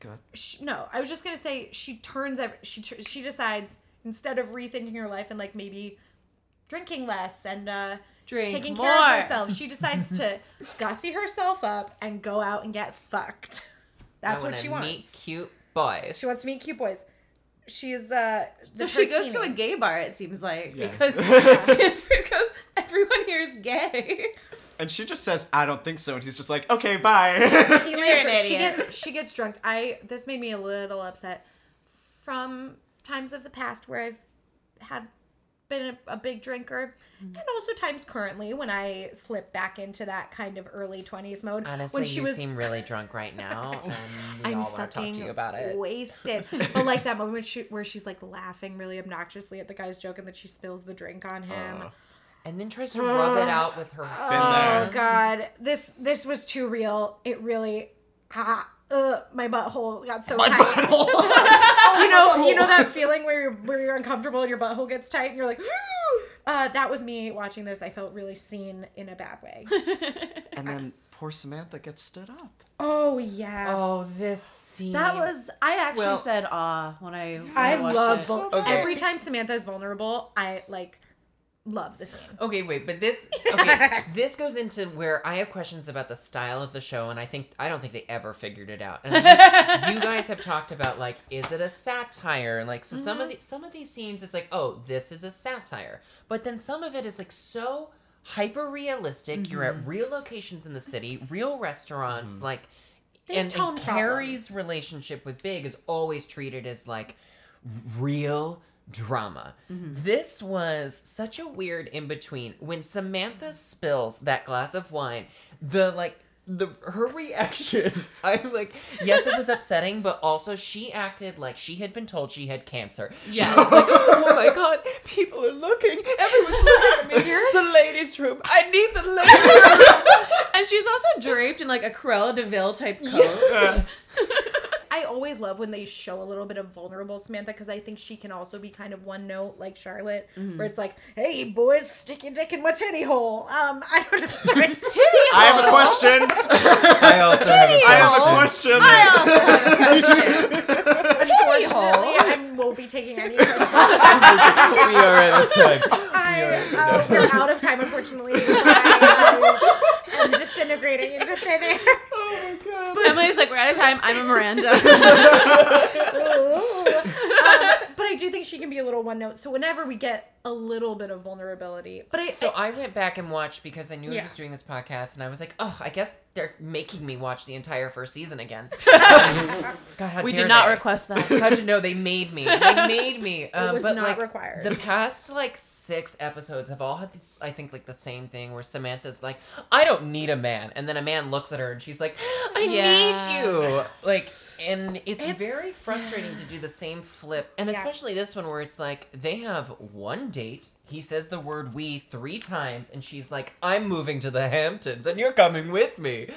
S5: Go ahead.
S3: she, no, I was just gonna say she turns every, she tr- she decides instead of rethinking her life and like maybe drinking less and uh,
S1: Drink
S3: taking
S1: more.
S3: care of herself, she decides
S1: [laughs]
S3: to gussy herself up and go out and get fucked.
S4: I
S3: That's what
S4: wanna
S3: she
S4: Meet
S3: wants.
S4: cute boys.
S3: She wants to meet cute boys. She's uh.
S1: So
S3: the
S1: she goes to a
S3: tartini.
S1: gay bar, it seems like,
S5: Yeah.
S1: because [laughs] because everyone here is gay.
S5: And she just says, I don't think so. And he's just like, okay, bye. [laughs]
S3: He
S1: You're
S3: leaves
S1: an
S3: her. She
S1: idiot.
S3: gets she gets drunk. I this made me a little upset from times of the past where I've had been a, a big drinker,
S4: Mm-hmm.
S3: and also times currently when I slip back into that kind of early twenties mode.
S4: Honestly,
S3: when she
S4: you
S3: was
S4: seem really drunk right now,
S3: [laughs]
S4: and we
S3: I'm
S4: all want to talk
S3: fucking
S4: to you about it. [laughs]
S3: wasted. But like that moment she, where she's like laughing really obnoxiously at the guy's joke and that she spills the drink on
S4: Uh,
S3: him.
S4: And then tries to rub it out with her.
S5: there.
S3: Oh god, this this was too real. It really, ah, uh, my butthole got so tight. [laughs] you know, you know that feeling where you're where you're uncomfortable and your butthole gets tight and you're like, [laughs] "Ooh." uh, that was me watching this. I felt really seen in a bad way.
S5: and then poor Samantha gets stood up.
S3: Oh yeah.
S4: Oh, this scene.
S1: That was I actually
S4: Well-
S1: said ah when I when
S3: I
S1: watched
S3: love
S1: it.
S3: vul-
S4: Okay.
S3: every time Samantha is vulnerable. I like love the scene.
S4: Okay, wait, but
S3: [laughs]
S4: this okay, this goes into where I have questions about the style of the show, and I think I don't think they ever figured it out. And I
S3: [laughs]
S4: think you guys have talked about like, is it a satire? And like, so some
S3: Mm-hmm.
S4: of the some of these scenes, it's like, oh, this is a satire, but then some of it is like so hyper realistic. You're
S3: Mm-hmm.
S4: at real locations in the city, real restaurants, like,
S3: They have
S4: and,
S3: tone
S4: and Carrie's
S3: problems.
S4: relationship with Big is always treated as like real drama. This was such a weird in between. When Samantha spills that glass of wine, the like the her reaction, [laughs] I'm like, yes, it was upsetting, but also she acted like she had been told she had cancer. Yes. oh my god, people are looking. Everyone's looking at me. the ladies' room. I need the ladies' room.
S1: And she's also draped in like a Cruella de Vil type coat.
S3: I always love when they show a little bit of vulnerable Samantha because I think she can also be kind of one note like Charlotte, where it's like, "Hey boys, stick your dick in my titty hole." Um, [laughs] I don't know. Sorry, titty hole.
S5: I have a question.
S4: [laughs] I also have a
S5: [laughs] I have a question.
S3: Titty [laughs] hole. I won't be taking any [laughs] questions.
S4: we are out of time.
S3: I, uh, we're out of time, unfortunately. I, am disintegrating into thin air.
S1: Emily's like, we're out of time. I'm a [laughs] Miranda.
S3: Um, but I do think she can be a little one note. So whenever we get a little bit of vulnerability, but I,
S4: So I went back and watched because I knew I
S3: Yeah.
S4: was doing this podcast, and I was like, "Oh, I guess they're making me watch the entire first season again." [laughs] God, how
S1: we
S4: dare
S1: did not
S4: they.
S1: request that.
S4: How'd you know they made me? They made me. Um,
S3: was
S4: but
S3: not
S4: like,
S3: required.
S4: The past like six episodes have all had this. I think like the same thing where Samantha's like, "I don't need a man," and then a man looks at her and she's like, "I
S1: Yeah.
S4: need you." Like, and it's,
S3: It's-
S4: very frustrating to do the same flip, and
S3: Yeah.
S4: especially this one where it's like they have one date. He says the word "we" three times, and she's like, "I'm moving to the Hamptons, and you're coming with me."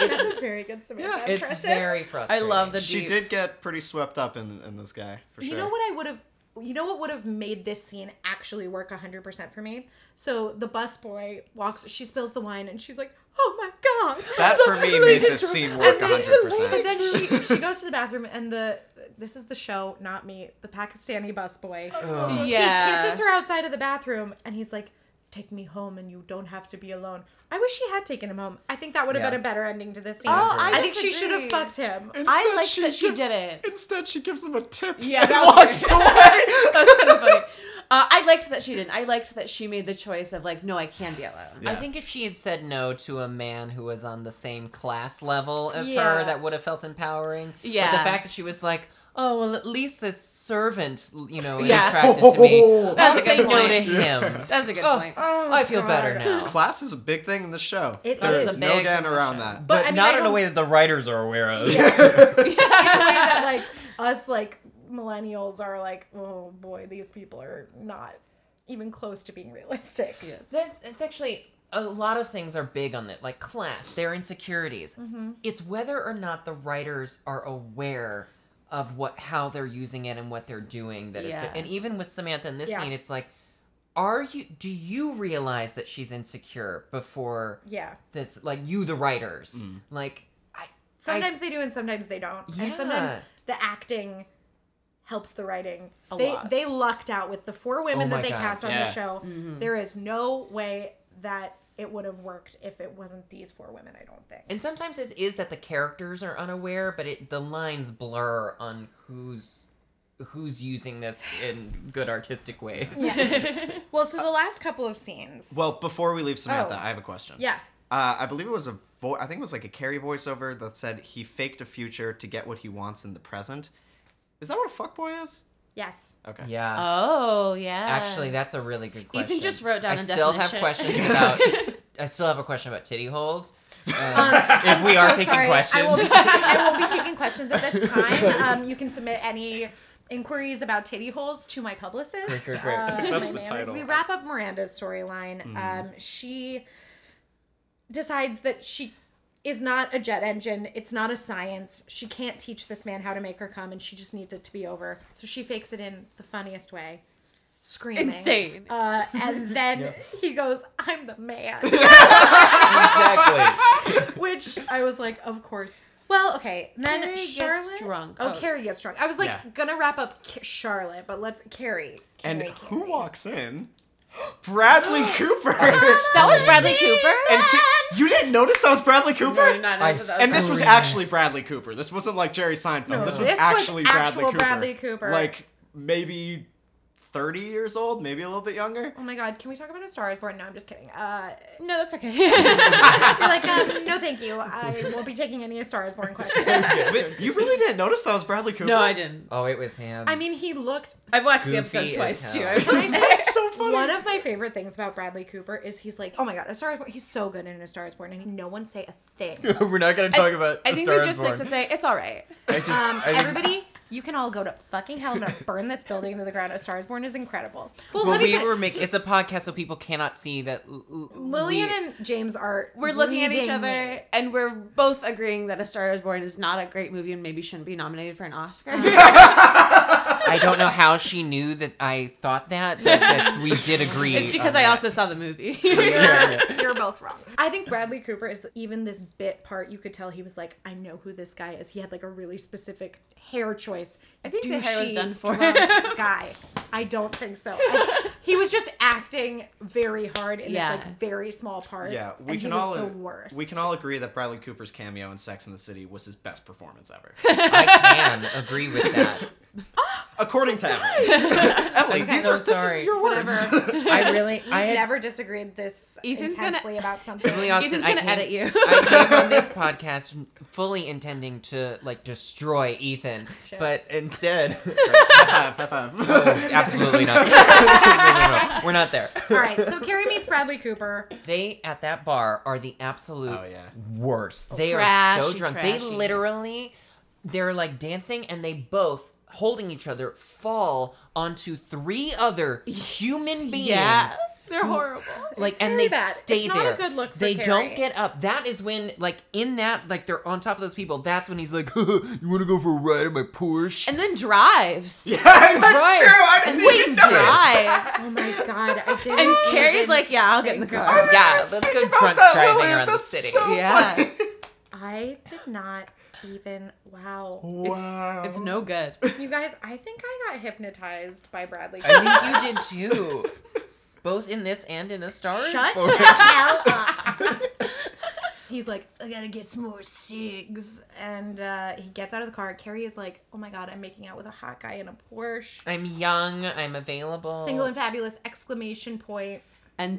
S3: that's a very good Samantha
S5: Yeah,
S3: impression.
S4: It's very
S1: I
S4: frustrating.
S1: love the
S5: She
S1: deep.
S5: did get pretty swept up in, in this guy, for
S3: You
S5: sure.
S3: know what I would have you know what would have made this scene actually work 100% for me? So the busboy walks she spills the wine and she's like, "Oh my god."
S5: That,
S3: [laughs]
S5: for me, made this scene work 100%.
S3: But then she she goes to the bathroom and the this is the show, not me, the Pakistani busboy.
S1: Oh, Yeah.
S3: He kisses her outside of the bathroom and he's like, "Take me home and you don't have to be alone." I wish she had taken him home. I think that would have
S4: Yeah.
S3: been a better ending to this scene.
S1: Oh, I
S3: think she should have
S1: disagree.
S3: fucked him.
S1: I like that she did it.
S5: Instead, she gives him a tip.
S1: Yeah,
S5: and
S1: that was
S5: walks
S1: weird.
S5: away.
S1: [laughs] That was kind of funny. Uh, I liked that she didn't. I liked that she made the choice of like, no, I can be alone.
S4: I
S5: Yeah.
S4: think if she had said no to a man who was on the same class level as
S1: Yeah.
S4: her, that would have felt empowering. But
S1: Yeah.
S4: the fact that she was like, oh, well, at least this servant, you know, is
S1: Yeah.
S4: attracted to [laughs] me.
S1: That's
S4: I'll
S1: a
S4: say
S1: good
S4: no
S1: point.
S4: to him.
S1: [laughs] That's a good point.
S3: Oh,
S4: I feel better
S3: God.
S4: now.
S5: Class is a big thing in the show.
S3: It
S5: There
S3: is.
S5: is
S1: It's a
S5: no
S1: big
S5: getting
S1: thing in the
S5: around
S1: show.
S5: that.
S3: But, I mean, I don't-
S4: that the writers are aware of.
S3: way that like us like millennials are like, oh boy, these people are not even close to being realistic.
S1: Yes.
S4: That's it's actually a lot of things are big on it, like class, their insecurities.
S3: Mm-hmm.
S4: It's whether or not the writers are aware of what how they're using it and what they're doing. That is,
S1: Yeah.
S4: the, and even with Samantha in this
S3: Yeah.
S4: scene, it's like, are you? Do you realize that she's insecure before
S3: Yeah.
S4: this? Like you, the writers, like I.
S3: Sometimes they do and sometimes they don't. And
S4: Yeah.
S3: sometimes the acting helps the writing.
S1: A
S3: they
S1: lot.
S3: they lucked out with the four women
S4: Oh my
S3: that they
S4: God,
S3: cast on
S5: yeah.
S3: the show. There is no way that it would have worked if it wasn't these four women, I don't think.
S4: and sometimes it is that the characters are unaware, but it the lines blur on who's who's using this in good artistic ways.
S3: Well, so the last couple of scenes.
S5: Well, before we leave Samantha,
S3: Oh.
S5: I have a question.
S3: yeah.
S5: Uh, I believe it was a vo- I think it was like a Carrie voiceover that said he faked a future to get what he wants in the present. Is that what a fuckboy is?
S3: Yes.
S5: Okay.
S4: Yeah.
S1: Oh yeah.
S4: Actually, that's a really good
S1: Ethan
S4: question.
S1: just wrote down
S4: I
S1: a
S4: still have
S1: definition.
S3: [laughs]
S4: questions about. I still have a question about titty holes. Uh, if we are
S3: Um, so
S4: taking
S3: sorry.
S4: questions,
S3: I will, be taking, I will be taking questions at this time. Um, you can submit any inquiries about titty holes to my publicist.
S4: great, great.
S5: That's
S3: my
S5: the title. Mm.
S3: We wrap up Miranda's storyline. Um, she decides that she is not a jet engine. It's not a science. She can't teach this man how to make her come, and she just needs it to be over. So she fakes it in the funniest way. screaming.
S1: Insane.
S3: Uh, and then he goes, I'm the
S5: [laughs]
S3: man.
S4: exactly.
S3: Which I was like, of course. Well, okay. and Then
S1: Carrie gets
S3: Charlotte
S1: drunk.
S3: Oh,
S1: Oh.
S3: Carrie gets drunk. I was like,
S5: Yeah.
S3: gonna wrap up K- Charlotte, but let's Carrie.
S5: And
S3: Carrie,
S5: who
S3: Carrie.
S5: walks in? [gasps] Bradley Cooper. [laughs]
S1: That was Bradley Cooper.
S5: and she- you didn't notice that was Bradley Cooper?
S1: No, I did not
S4: I-
S1: notice that
S5: And
S1: was
S5: this was
S4: Really nice.
S5: actually Bradley Cooper. This wasn't like Jerry Seinfeld.
S3: No,
S5: this was
S3: this was
S5: actually Bradley
S3: actual
S5: Cooper.
S3: Bradley Cooper.
S5: Like maybe 30 years old, maybe a little bit younger. [laughs]
S3: Oh my God! Can we talk about a Star Is Born? No, I'm just kidding. Uh,
S1: No, that's
S3: [laughs]
S1: okay.
S3: you're like, um, no, thank you. I won't be taking any A Star Is Born questions.
S5: But you really didn't notice that was Bradley Cooper?
S1: no, I didn't.
S4: Oh, it was him.
S3: I mean, he looked.
S1: I've watched the
S4: Goofy
S1: episode
S4: as
S1: twice too.
S4: hell.
S1: I was like, [laughs]
S5: [laughs] That's so funny.
S3: One of my favorite things about Bradley Cooper is he's like, oh my God, A Star Is Born. He's so good in A Star Is Born, and he, no one say a thing.
S5: [laughs]
S6: We're not going to talk about.
S1: I
S6: the
S1: think
S6: Star
S1: we
S6: Is
S1: just like
S6: Born.
S1: to say it's all right.
S6: I just,
S3: Um,
S6: I think-
S3: everybody, you can all go to fucking hell and I'm gonna burn this building to the ground. A Star is Born is incredible. Well,
S4: well,
S3: let me
S4: we
S3: fin-
S4: were making it's a podcast, so people cannot see that. l- l-
S3: Lillian
S4: we-
S3: and James are.
S1: We're looking at each
S3: leading
S1: other,
S3: me.
S1: and we're both agreeing that A Star Is Born is not a great movie and maybe shouldn't be nominated for an Oscar.
S3: Uh,
S4: I don't know how she knew that I thought that,
S3: [laughs]
S4: but that's, we did agree.
S1: [laughs] it's because
S4: on
S1: I
S4: that.
S1: also saw the
S5: [laughs]
S1: movie.
S3: [laughs] You're both wrong. I think Bradley Cooper is even this bit part. You could tell he was like, I know who this guy is. He had like a really specific hair choice. I
S1: think the hair was done for
S3: [laughs]
S1: him.
S3: guy. I don't think so. [laughs] I- he was just acting very hard in
S1: Yeah.
S3: this like very small part.
S5: yeah,
S3: and
S5: we
S3: he
S5: can
S3: was
S5: all
S3: the worst.
S5: we can all agree that Bradley Cooper's cameo in Sex and the City was his best performance ever,
S4: Um, [laughs]
S3: [laughs]
S4: I can agree with that.
S5: according to Emily. Emily, these
S4: so
S5: are, this is
S4: sorry.
S5: your words.
S4: I really, I
S3: I've
S4: had
S3: never disagreed this
S1: Ethan's gonna-
S3: intensely
S1: [laughs]
S3: about something.
S4: Really honest,
S1: Ethan's
S4: I
S1: gonna
S4: came-
S1: edit you. [laughs]
S3: [laughs]
S4: I came on this podcast fully intending to like destroy Ethan,
S3: Shit.
S4: but instead,
S3: [laughs]
S5: high five, high
S4: [laughs]
S5: five.
S4: Oh, absolutely not. No, no, no, We're not there.
S3: All right, so Carrie meets
S1: [laughs]
S3: Bradley Cooper. Oh
S4: They at that bar are the absolute
S5: [laughs] Oh,
S4: [laughs]
S5: yeah.
S4: worst. They are so
S1: Trashy,
S4: drunk. They
S1: trashy.
S4: literally, they're like dancing and they both holding each other fall onto three other human beings.
S1: they're horrible.
S4: like
S3: It's
S4: and
S3: very
S4: they
S3: bad.
S4: stay
S3: It's not a
S4: there.
S3: good look for
S4: they
S3: Carrie.
S4: don't get up. That is when like in that like they're on top of those people. That's when he's like, [laughs] "You want to go for a ride in my Porsche?"
S1: And then drives.
S5: Yeah, that's
S4: Right.
S5: true. I didn't even
S4: Wasted.
S5: notice.
S3: Oh
S1: Drives.
S3: my god, I did.
S1: and Carrie's like, yeah, I'll get in the car.
S3: [laughs]
S4: yeah, let's go drunk
S5: that,
S4: driving
S5: Lillian.
S4: around the
S5: That's
S4: city.
S1: [laughs]
S5: so- [laughs]
S1: Yeah.
S3: I did not even. Wow,
S5: Wow.
S1: It's no good.
S3: you guys, I think I got hypnotized by Bradley. Cooper.
S4: I think you
S3: [laughs]
S4: did too. Both in this and in a star. Is
S3: Shut the hell up.
S5: [laughs]
S3: He's like, I gotta get some more cigs, and uh, he gets out of the car. Carrie is like, Oh my god, I'm making out with a hot guy in a Porsche.
S4: I'm young. I'm
S1: Oh.
S4: available.
S3: Single and fabulous! Exclamation point.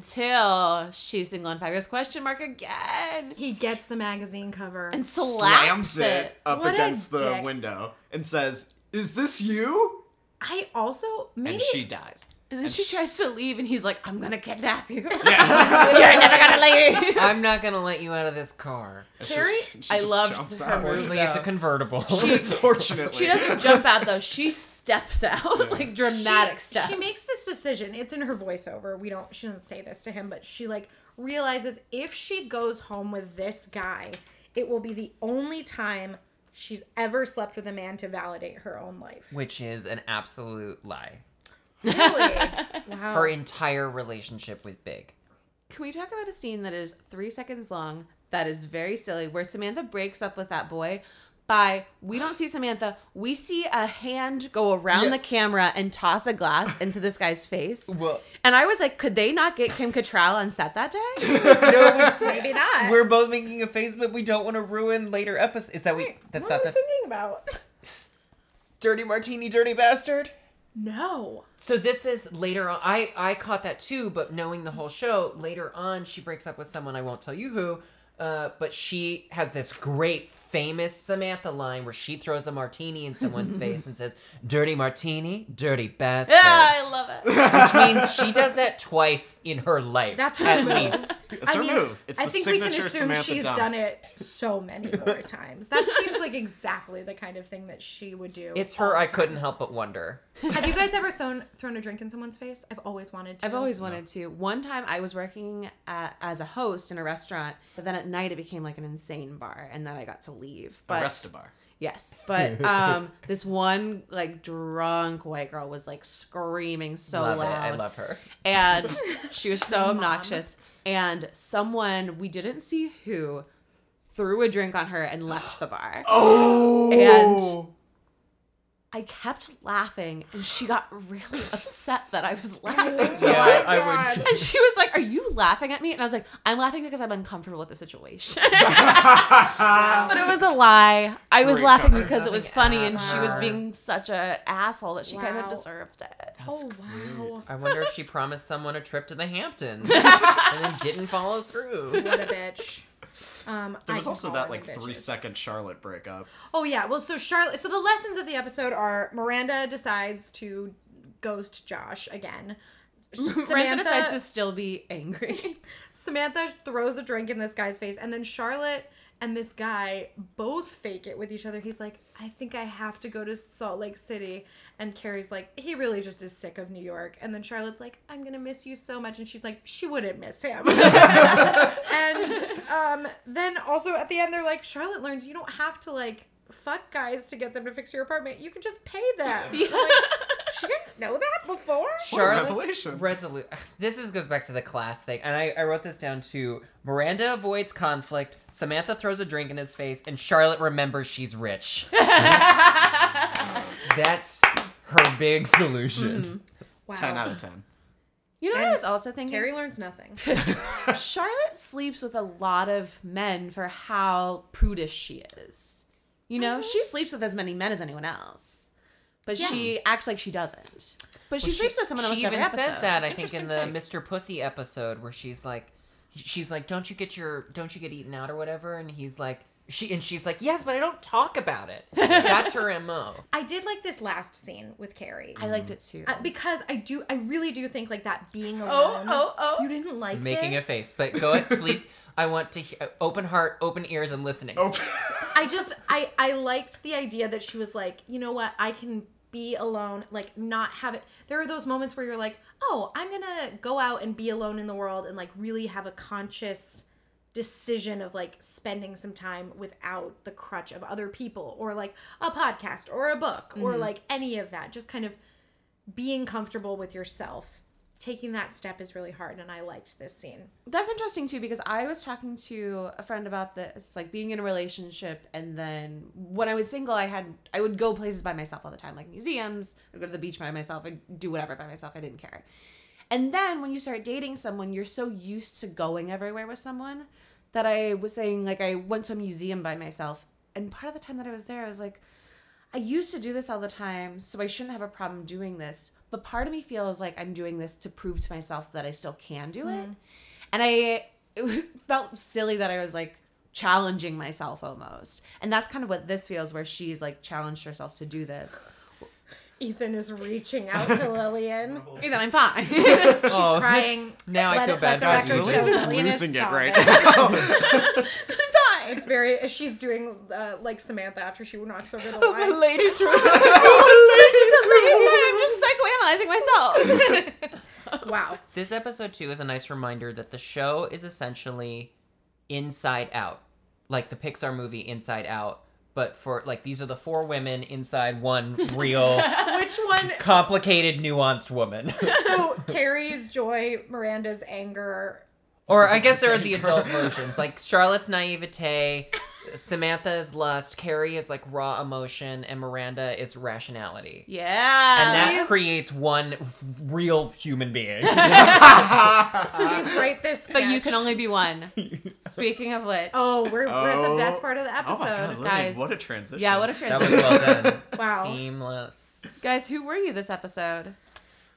S1: Until she's single and fabulous question mark again.
S3: He gets the magazine cover.
S1: And slaps,
S5: slams it up
S3: What a
S5: against the
S3: dick.
S5: window and says, "Is this you?"
S3: I also maybe
S5: And she dies.
S1: And then she tries to leave, and he's like, "I'm gonna kidnap you.
S5: [laughs]
S1: [laughs]
S5: Yeah.
S1: never gonna leave."
S4: [laughs] I'm not gonna let you out of this car.
S3: Carrie,
S1: I loved her
S4: Unfortunately, it's a convertible.
S5: Fortunately,
S1: She doesn't jump out [laughs] though. She steps out like dramatic
S3: she,
S1: steps.
S3: She makes this decision. It's in her voiceover. We don't. She doesn't say this to him, but she like realizes if she goes home with this guy, it will be the only time she's ever slept with a man to validate her own life.
S4: [laughs] Which is an absolute lie.
S3: Really?
S4: Her
S3: wow.
S4: entire relationship was
S3: [laughs]
S4: big.
S1: Can we talk about a scene that is three seconds long that is very silly where Samantha breaks up with that boy by we don't see Samantha, we see a hand go around the camera and toss a glass into this guy's face.
S4: [laughs] Well-
S1: and I was like, could they not get Kim Cattrall on set that day?
S4: [laughs]
S3: Maybe not.
S4: We're both making a face, but we don't want to ruin later episodes. Is that we? That's
S3: what
S4: not
S3: am I
S4: the
S3: thinking about?
S4: dirty martini, dirty bastard.
S3: No.
S4: So this is later on. I I caught that too, but knowing the whole show, later on she breaks up with someone. I won't tell you who. Uh, but she has this great famous Samantha line where she throws a martini in
S1: [laughs]
S4: someone's face and says, "Dirty martini, dirty bastard,"
S1: yeah, Ah, I love it.
S4: which means she does that twice in her life.
S3: That's her
S4: at
S3: move.
S4: least.
S5: It's her move. It's
S3: I
S5: the
S3: think we can
S5: signature
S3: assume
S5: Samantha
S3: she's
S5: Dunn.
S3: done it so many
S5: [laughs]
S3: more times. That seems like exactly the kind of thing that she would do.
S4: It's her. I couldn't help but wonder.
S3: Have you guys ever thrown thrown a drink in someone's face? I've always wanted to.
S1: I've always wanted to. One time I was working at, as a host in a restaurant, but then at night it became like an insane bar and then I got to leave. But
S5: Arrest a bar.
S1: Yes,
S4: [laughs]
S1: but um, this one like drunk white girl was like screaming so
S4: love
S1: loud.
S4: it. I love her. [laughs]
S1: and she was so obnoxious. And someone we didn't see who threw a drink on her and left the bar.
S2: Oh.
S1: And [gasps] I kept laughing, and she got really [laughs] upset that I [laughs] was laughing. So
S4: Yeah,
S1: much.
S2: I would.
S1: And she was like, "Are you laughing at me?" And I was like, "I'm laughing because I'm uncomfortable with the situation." [laughs] but it was a lie. I was
S5: Great
S1: laughing
S5: cover.
S1: because it was funny, and she was being such a asshole that she kind of
S3: Wow.
S1: deserved it.
S3: oh wow.
S4: I wonder if she promised someone a trip to
S1: [laughs]
S4: the Hamptons and then didn't follow through.
S3: What a bitch. Um,
S5: There
S3: I
S5: was
S3: can
S5: also
S3: call
S5: that
S3: her
S5: like
S3: bitches.
S5: three second Charlotte breakup.
S3: Oh yeah. Well, so Charlotte. So the lessons of the episode are Miranda decides to ghost Josh
S1: [laughs]
S3: again.
S1: Samantha
S3: Samantha
S1: decides to still be [laughs] angry.
S3: Samantha throws a drink in this guy's face, and then Charlotte and this guy both fake it with each other. He's like, I think I have to go to Salt Lake City. And Carrie's like, he really just is sick of New York. And then Charlotte's like, I'm going to miss you so much. And she's like, she wouldn't miss him. and um, then also at the end, they're like, Charlotte learns you don't have to like fuck guys to get them to fix your apartment. You can just pay them. Like, she didn't know that before.
S4: Charlotte's
S5: revelation.
S4: resolu- [laughs] This is goes back to the class thing, and I, I wrote this down too. Miranda avoids conflict. Samantha throws a drink in his face, and Charlotte remembers she's [laughs] rich. That's her big solution.
S3: Wow.
S5: Ten [laughs] out of ten.
S1: You know what I was also thinking?
S3: Carrie learns nothing.
S1: Charlotte sleeps with a lot of men for how prudish she is. You know, she sleeps with as many men as anyone else, but she acts like she doesn't. But she sleeps with someone almost
S4: she
S1: every
S4: even
S1: episode.
S4: says that I think
S5: Interesting
S4: in the Mr. Pussy episode where she's like, she's like, don't you get your, don't you get eaten out or whatever? And he's like, she and she's like, yes, but I don't talk about
S1: [laughs]
S4: it. That's her mo.
S3: I did like this last scene with Carrie.
S1: I liked it too.
S3: Uh, because I do, I really do think like that being alone.
S1: oh, oh.
S3: You didn't like
S4: Making a
S3: this?
S4: face, but go ahead, please. I want to he- uh, open heart, open ears, and listening.
S3: Oh, I just, I, I liked the idea that she was like, you know what, I can be alone, like not have it. There are those moments where you're like, oh, I'm gonna go out and be alone in the world and like really have a conscious decision of like spending some time without the crutch of other people or like a podcast or a book or
S5: Mm-hmm.
S3: like any of that. Just kind of being comfortable with yourself. Taking that step is really hard, and I liked this scene.
S1: That's interesting too because I was talking to a friend about this, like being in a relationship, and then when I was single, I had I would go places by myself all the time, like museums. I'd go to the beach by myself. I'd do whatever by myself. I didn't care. And then when you start dating someone, you're so used to going everywhere with someone that I was saying like I went to a museum by myself, and part of the time that I was there, I was like, I used to do this all the time, so I shouldn't have a problem doing this. But part of me feels like I'm doing this to prove to myself that I still can do it. And I [laughs] it felt silly that I was like challenging myself almost. And that's kind of what this feels where she's like challenged herself to do this.
S3: Ethan is reaching out
S5: [laughs]
S3: to Lillian. [laughs]
S1: Then I'm fine. [laughs]
S4: oh, that's-
S3: crying.
S4: Now I
S3: Let
S4: feel
S3: it-
S4: bad
S3: let the
S4: for
S5: Guys,
S3: record
S4: you.
S3: show
S5: Lillian is
S3: Lillian is
S5: losing it
S3: solid.
S5: right now.
S3: It's very. She's doing uh, like Samantha after she
S1: [laughs]
S3: knocks over the
S1: Oh
S4: [laughs] The
S3: line. [laughs]
S4: ladies' room.
S1: I'm just psychoanalyzing myself.
S3: wow.
S4: This episode too is a nice reminder that the show is essentially inside out, like the Pixar movie Inside Out, but for like these are the four women inside one real
S3: [laughs] Which one?
S4: complicated, nuanced woman. [laughs]
S3: So Carrie's joy, Miranda's anger.
S4: or I guess there are the adult versions, like Charlotte's naivete, Samantha's lust, Carrie is like raw emotion, and Miranda is rationality.
S1: [laughs] yeah.
S4: And that creates one real human being.
S5: Ah.
S3: Please write this.
S1: [laughs] but you
S3: sketch.
S1: can only be one. [laughs] Speaking of which.
S3: Oh, we're, we're at the
S5: Oh.
S3: best part of the episode.
S5: oh my god, Lily,
S1: guys.
S5: what a transition.
S1: Yeah, what a
S4: That
S1: transition.
S4: was well done.
S3: Wow.
S4: Seamless.
S1: Guys, who were you this episode?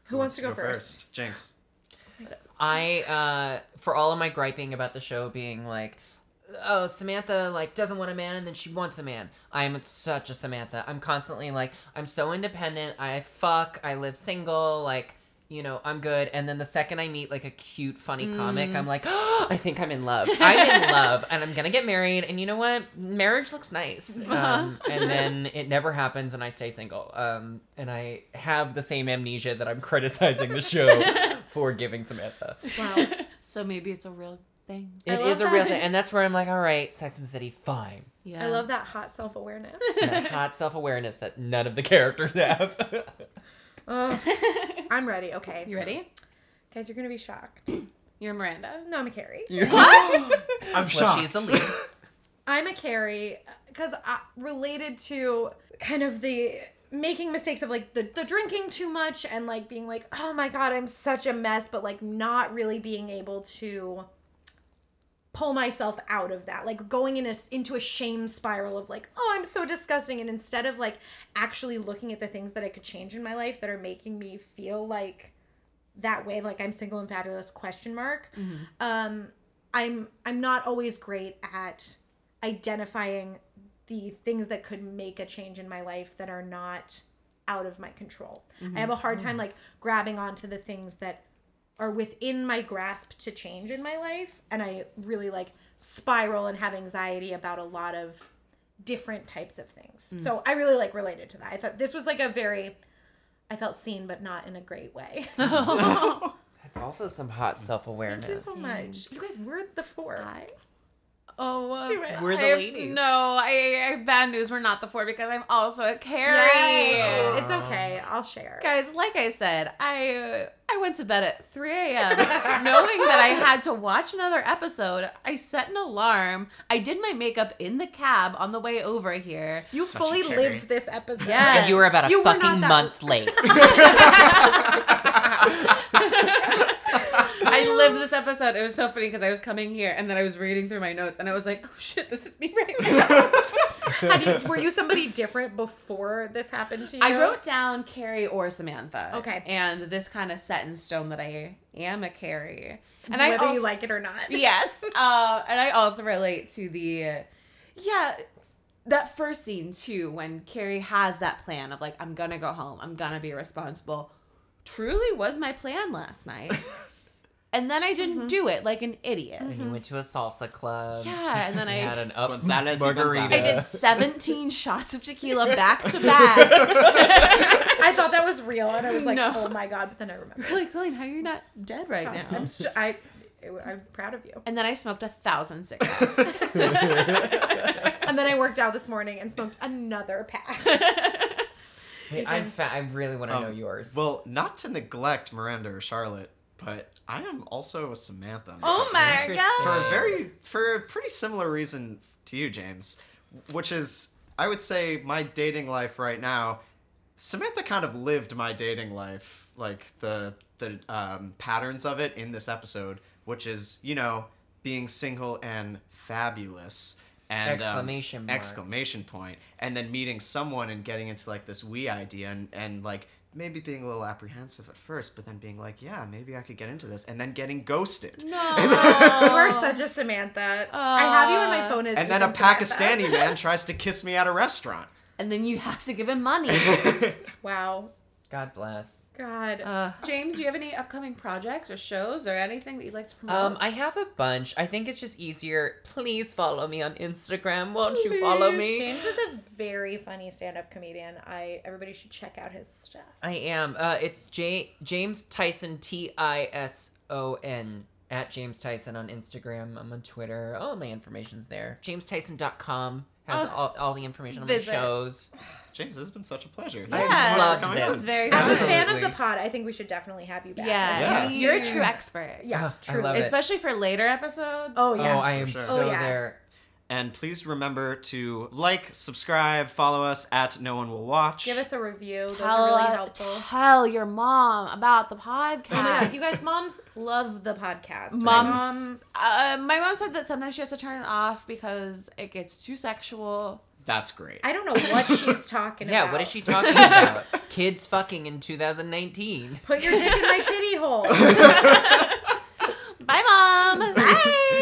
S3: Who wants to go, first?
S5: Jinx.
S4: I uh for all of my griping about the show being like oh Samantha like doesn't want a man and then she wants a man. I am such a Samantha. I'm constantly like I'm so independent. I fuck, I live single, like you know, I'm good. And then the second I meet like a cute, funny comic,
S7: Mm.
S4: I'm like, [gasps] I think I'm in love.
S7: [laughs]
S4: I'm in love, and I'm gonna get married. And you know what? Marriage looks
S7: [laughs]
S4: nice. Um, and then it never happens, and I stay single. Um, and I have the same [laughs]
S7: [laughs]
S4: amnesia that I'm criticizing the show for giving Samantha.
S3: Wow.
S1: So maybe it's a real thing.
S4: It
S7: love
S4: is a real
S7: that.
S4: thing, and that's where I'm like, all right, Sex and the City, fine.
S1: Yeah.
S7: I love that hot
S1: [laughs]
S7: self awareness.
S4: That hot self awareness that none of the
S5: [laughs]
S4: characters have.
S7: I'm ready. Okay,
S1: You ready?
S7: guys, you're gonna be shocked.
S1: You're Miranda.
S7: No, I'm a Carrie.
S5: I'm
S4: well,
S5: shocked.
S4: she's the lead.
S5: [laughs]
S7: I'm a Carrie because related to kind of the making mistakes of like the, the drinking too much and like being like, oh my God, I'm such a mess, but like not really being able to pull myself out of that like going in a, into a shame spiral of like oh i'm so disgusting and instead of like actually looking at the things that i could change in my life that are making me feel like that way like i'm single and fabulous question mark um i'm i'm not always great at identifying the things that could make a change in my life that are not out of my control i have a hard time like grabbing onto the things that are within my grasp to change in my life and i really like spiral and have anxiety about a lot of different types of things so i really like related to that i thought this was like a very i felt seen but not in a great way [laughs]
S4: That's also some hot self awareness.
S7: Thank you so much. You guys were the four.
S1: Oh, uh,
S7: Do it.
S4: We're the
S1: I have-
S4: ladies.
S1: No, I, I bad news. We're not the four because I'm also a Carrie.
S7: Yes. It's okay. I'll share.
S1: Guys, like I said, I uh, I went to bed at 3
S4: [laughs]
S1: a.m. knowing that I had to watch another episode. I set an alarm. I did my makeup in the cab on the way over here.
S7: You
S5: Such a
S7: fully
S5: Carrie.
S7: lived this episode.
S1: Yeah.
S4: And you were about a
S7: You were not
S4: fucking
S7: that-
S4: month [laughs] late.
S1: [laughs] I lived this episode. It was so funny because I was coming here and then I was reading through my notes and I was like, oh shit, this is me right now.
S7: Had you- were you somebody different before this happened to you?
S1: I wrote down Carrie or Samantha.
S7: Okay.
S1: And this kind of set in stone that I am a Carrie. And
S7: whether
S1: I also,
S7: you like it or not.
S1: [laughs] yes. Uh, and I also relate to the, uh, yeah, that first scene too, when Carrie has that plan of like, I'm gonna go home, I'm gonna be responsible. Truly was my plan last night.
S7: [laughs]
S1: and then I
S7: Mm-hmm.
S1: didn't do it like an idiot.
S4: And you went to a salsa club.
S1: Yeah, and then
S4: You had
S1: I.
S4: an up
S5: Gonzalez y
S4: margarita.
S1: I did 17 shots of tequila back
S7: [laughs]
S1: to back.
S7: I thought that was real, and I
S1: [laughs]
S7: was like,
S1: No.
S7: "Oh my god!" But then I remembered.
S1: Like, Colleen, how are you not dead right now?
S7: Oh, I'm st- I, I'm proud of you.
S1: And then I smoked a
S4: [laughs]
S1: thousand cigarettes.
S7: And then I worked out this morning and smoked another pack.
S4: Wait, I'm fa- I really want to know yours.
S5: Um, Well, not to neglect Miranda or Charlotte, but I am also a Samantha. in this
S1: Oh my
S5: episode.
S1: God.
S5: For a very for a pretty similar reason to you, James, which is I would say my dating life right now. Samantha kind of lived my dating life, like the the um, patterns of it in this episode, which is you know being single and fabulous and um,
S4: Exclamation mark.
S5: exclamation point, and then meeting someone and getting into like this we idea and and like maybe being a little apprehensive at first, but then being like, yeah, maybe I could get into this, and then getting ghosted.
S1: No.
S7: You
S1: Oh.
S7: are such a Samantha. I have you on my phone as
S5: and then a
S7: Ethan Samantha.
S5: Pakistani
S7: [laughs]
S5: man tries to kiss me at a restaurant.
S1: and then you have to give him
S4: [laughs]
S1: money.
S7: Wow,
S4: God bless.
S7: God,
S1: James, do you have any upcoming projects or shows or anything that you'd like to promote?
S4: Um, I have a bunch. I think it's just easier. Please follow me on Instagram. Won't you follow me?
S7: James is a very funny stand-up comedian. I everybody should check out his stuff.
S4: I am. Uh, it's J- James Tyson T I S O N at James Tyson on Instagram. I'm on Twitter. All my information's there. JamesTyson.com has all, all the information on
S1: visit.
S4: my shows.
S5: James, this has been such a pleasure.
S4: I
S1: Yeah,
S4: love
S5: Thank you
S1: this
S5: so much for coming
S1: is
S5: in.
S1: very
S7: As a
S1: Absolutely.
S7: fan of the pod, I think we should definitely have you back.
S1: yeah.
S5: Yeah.
S1: You're a true expert.
S7: Yeah,
S4: Ah, I
S7: truly.
S4: love it.
S1: Especially for later episodes.
S7: Oh yeah.
S4: oh, I am
S5: for sure.
S4: so
S7: Oh, yeah.
S4: there.
S5: And please remember to like, subscribe, follow us at No One Will Watch.
S7: Give us a review. Those
S1: Tell,
S7: are really helpful.
S1: tell your mom about the podcast.
S7: Oh my god, you guys, moms love the podcast. My
S1: Mom's,
S7: mom-
S1: uh, my mom said that sometimes she has to turn it off because it gets too sexual.
S5: That's great.
S1: [laughs]
S7: I don't know what she's talking about.
S4: Yeah, what is she talking about? Kids fucking in 2019.
S7: Put your dick in my titty hole.
S4: [laughs]
S1: Bye, mom. Bye.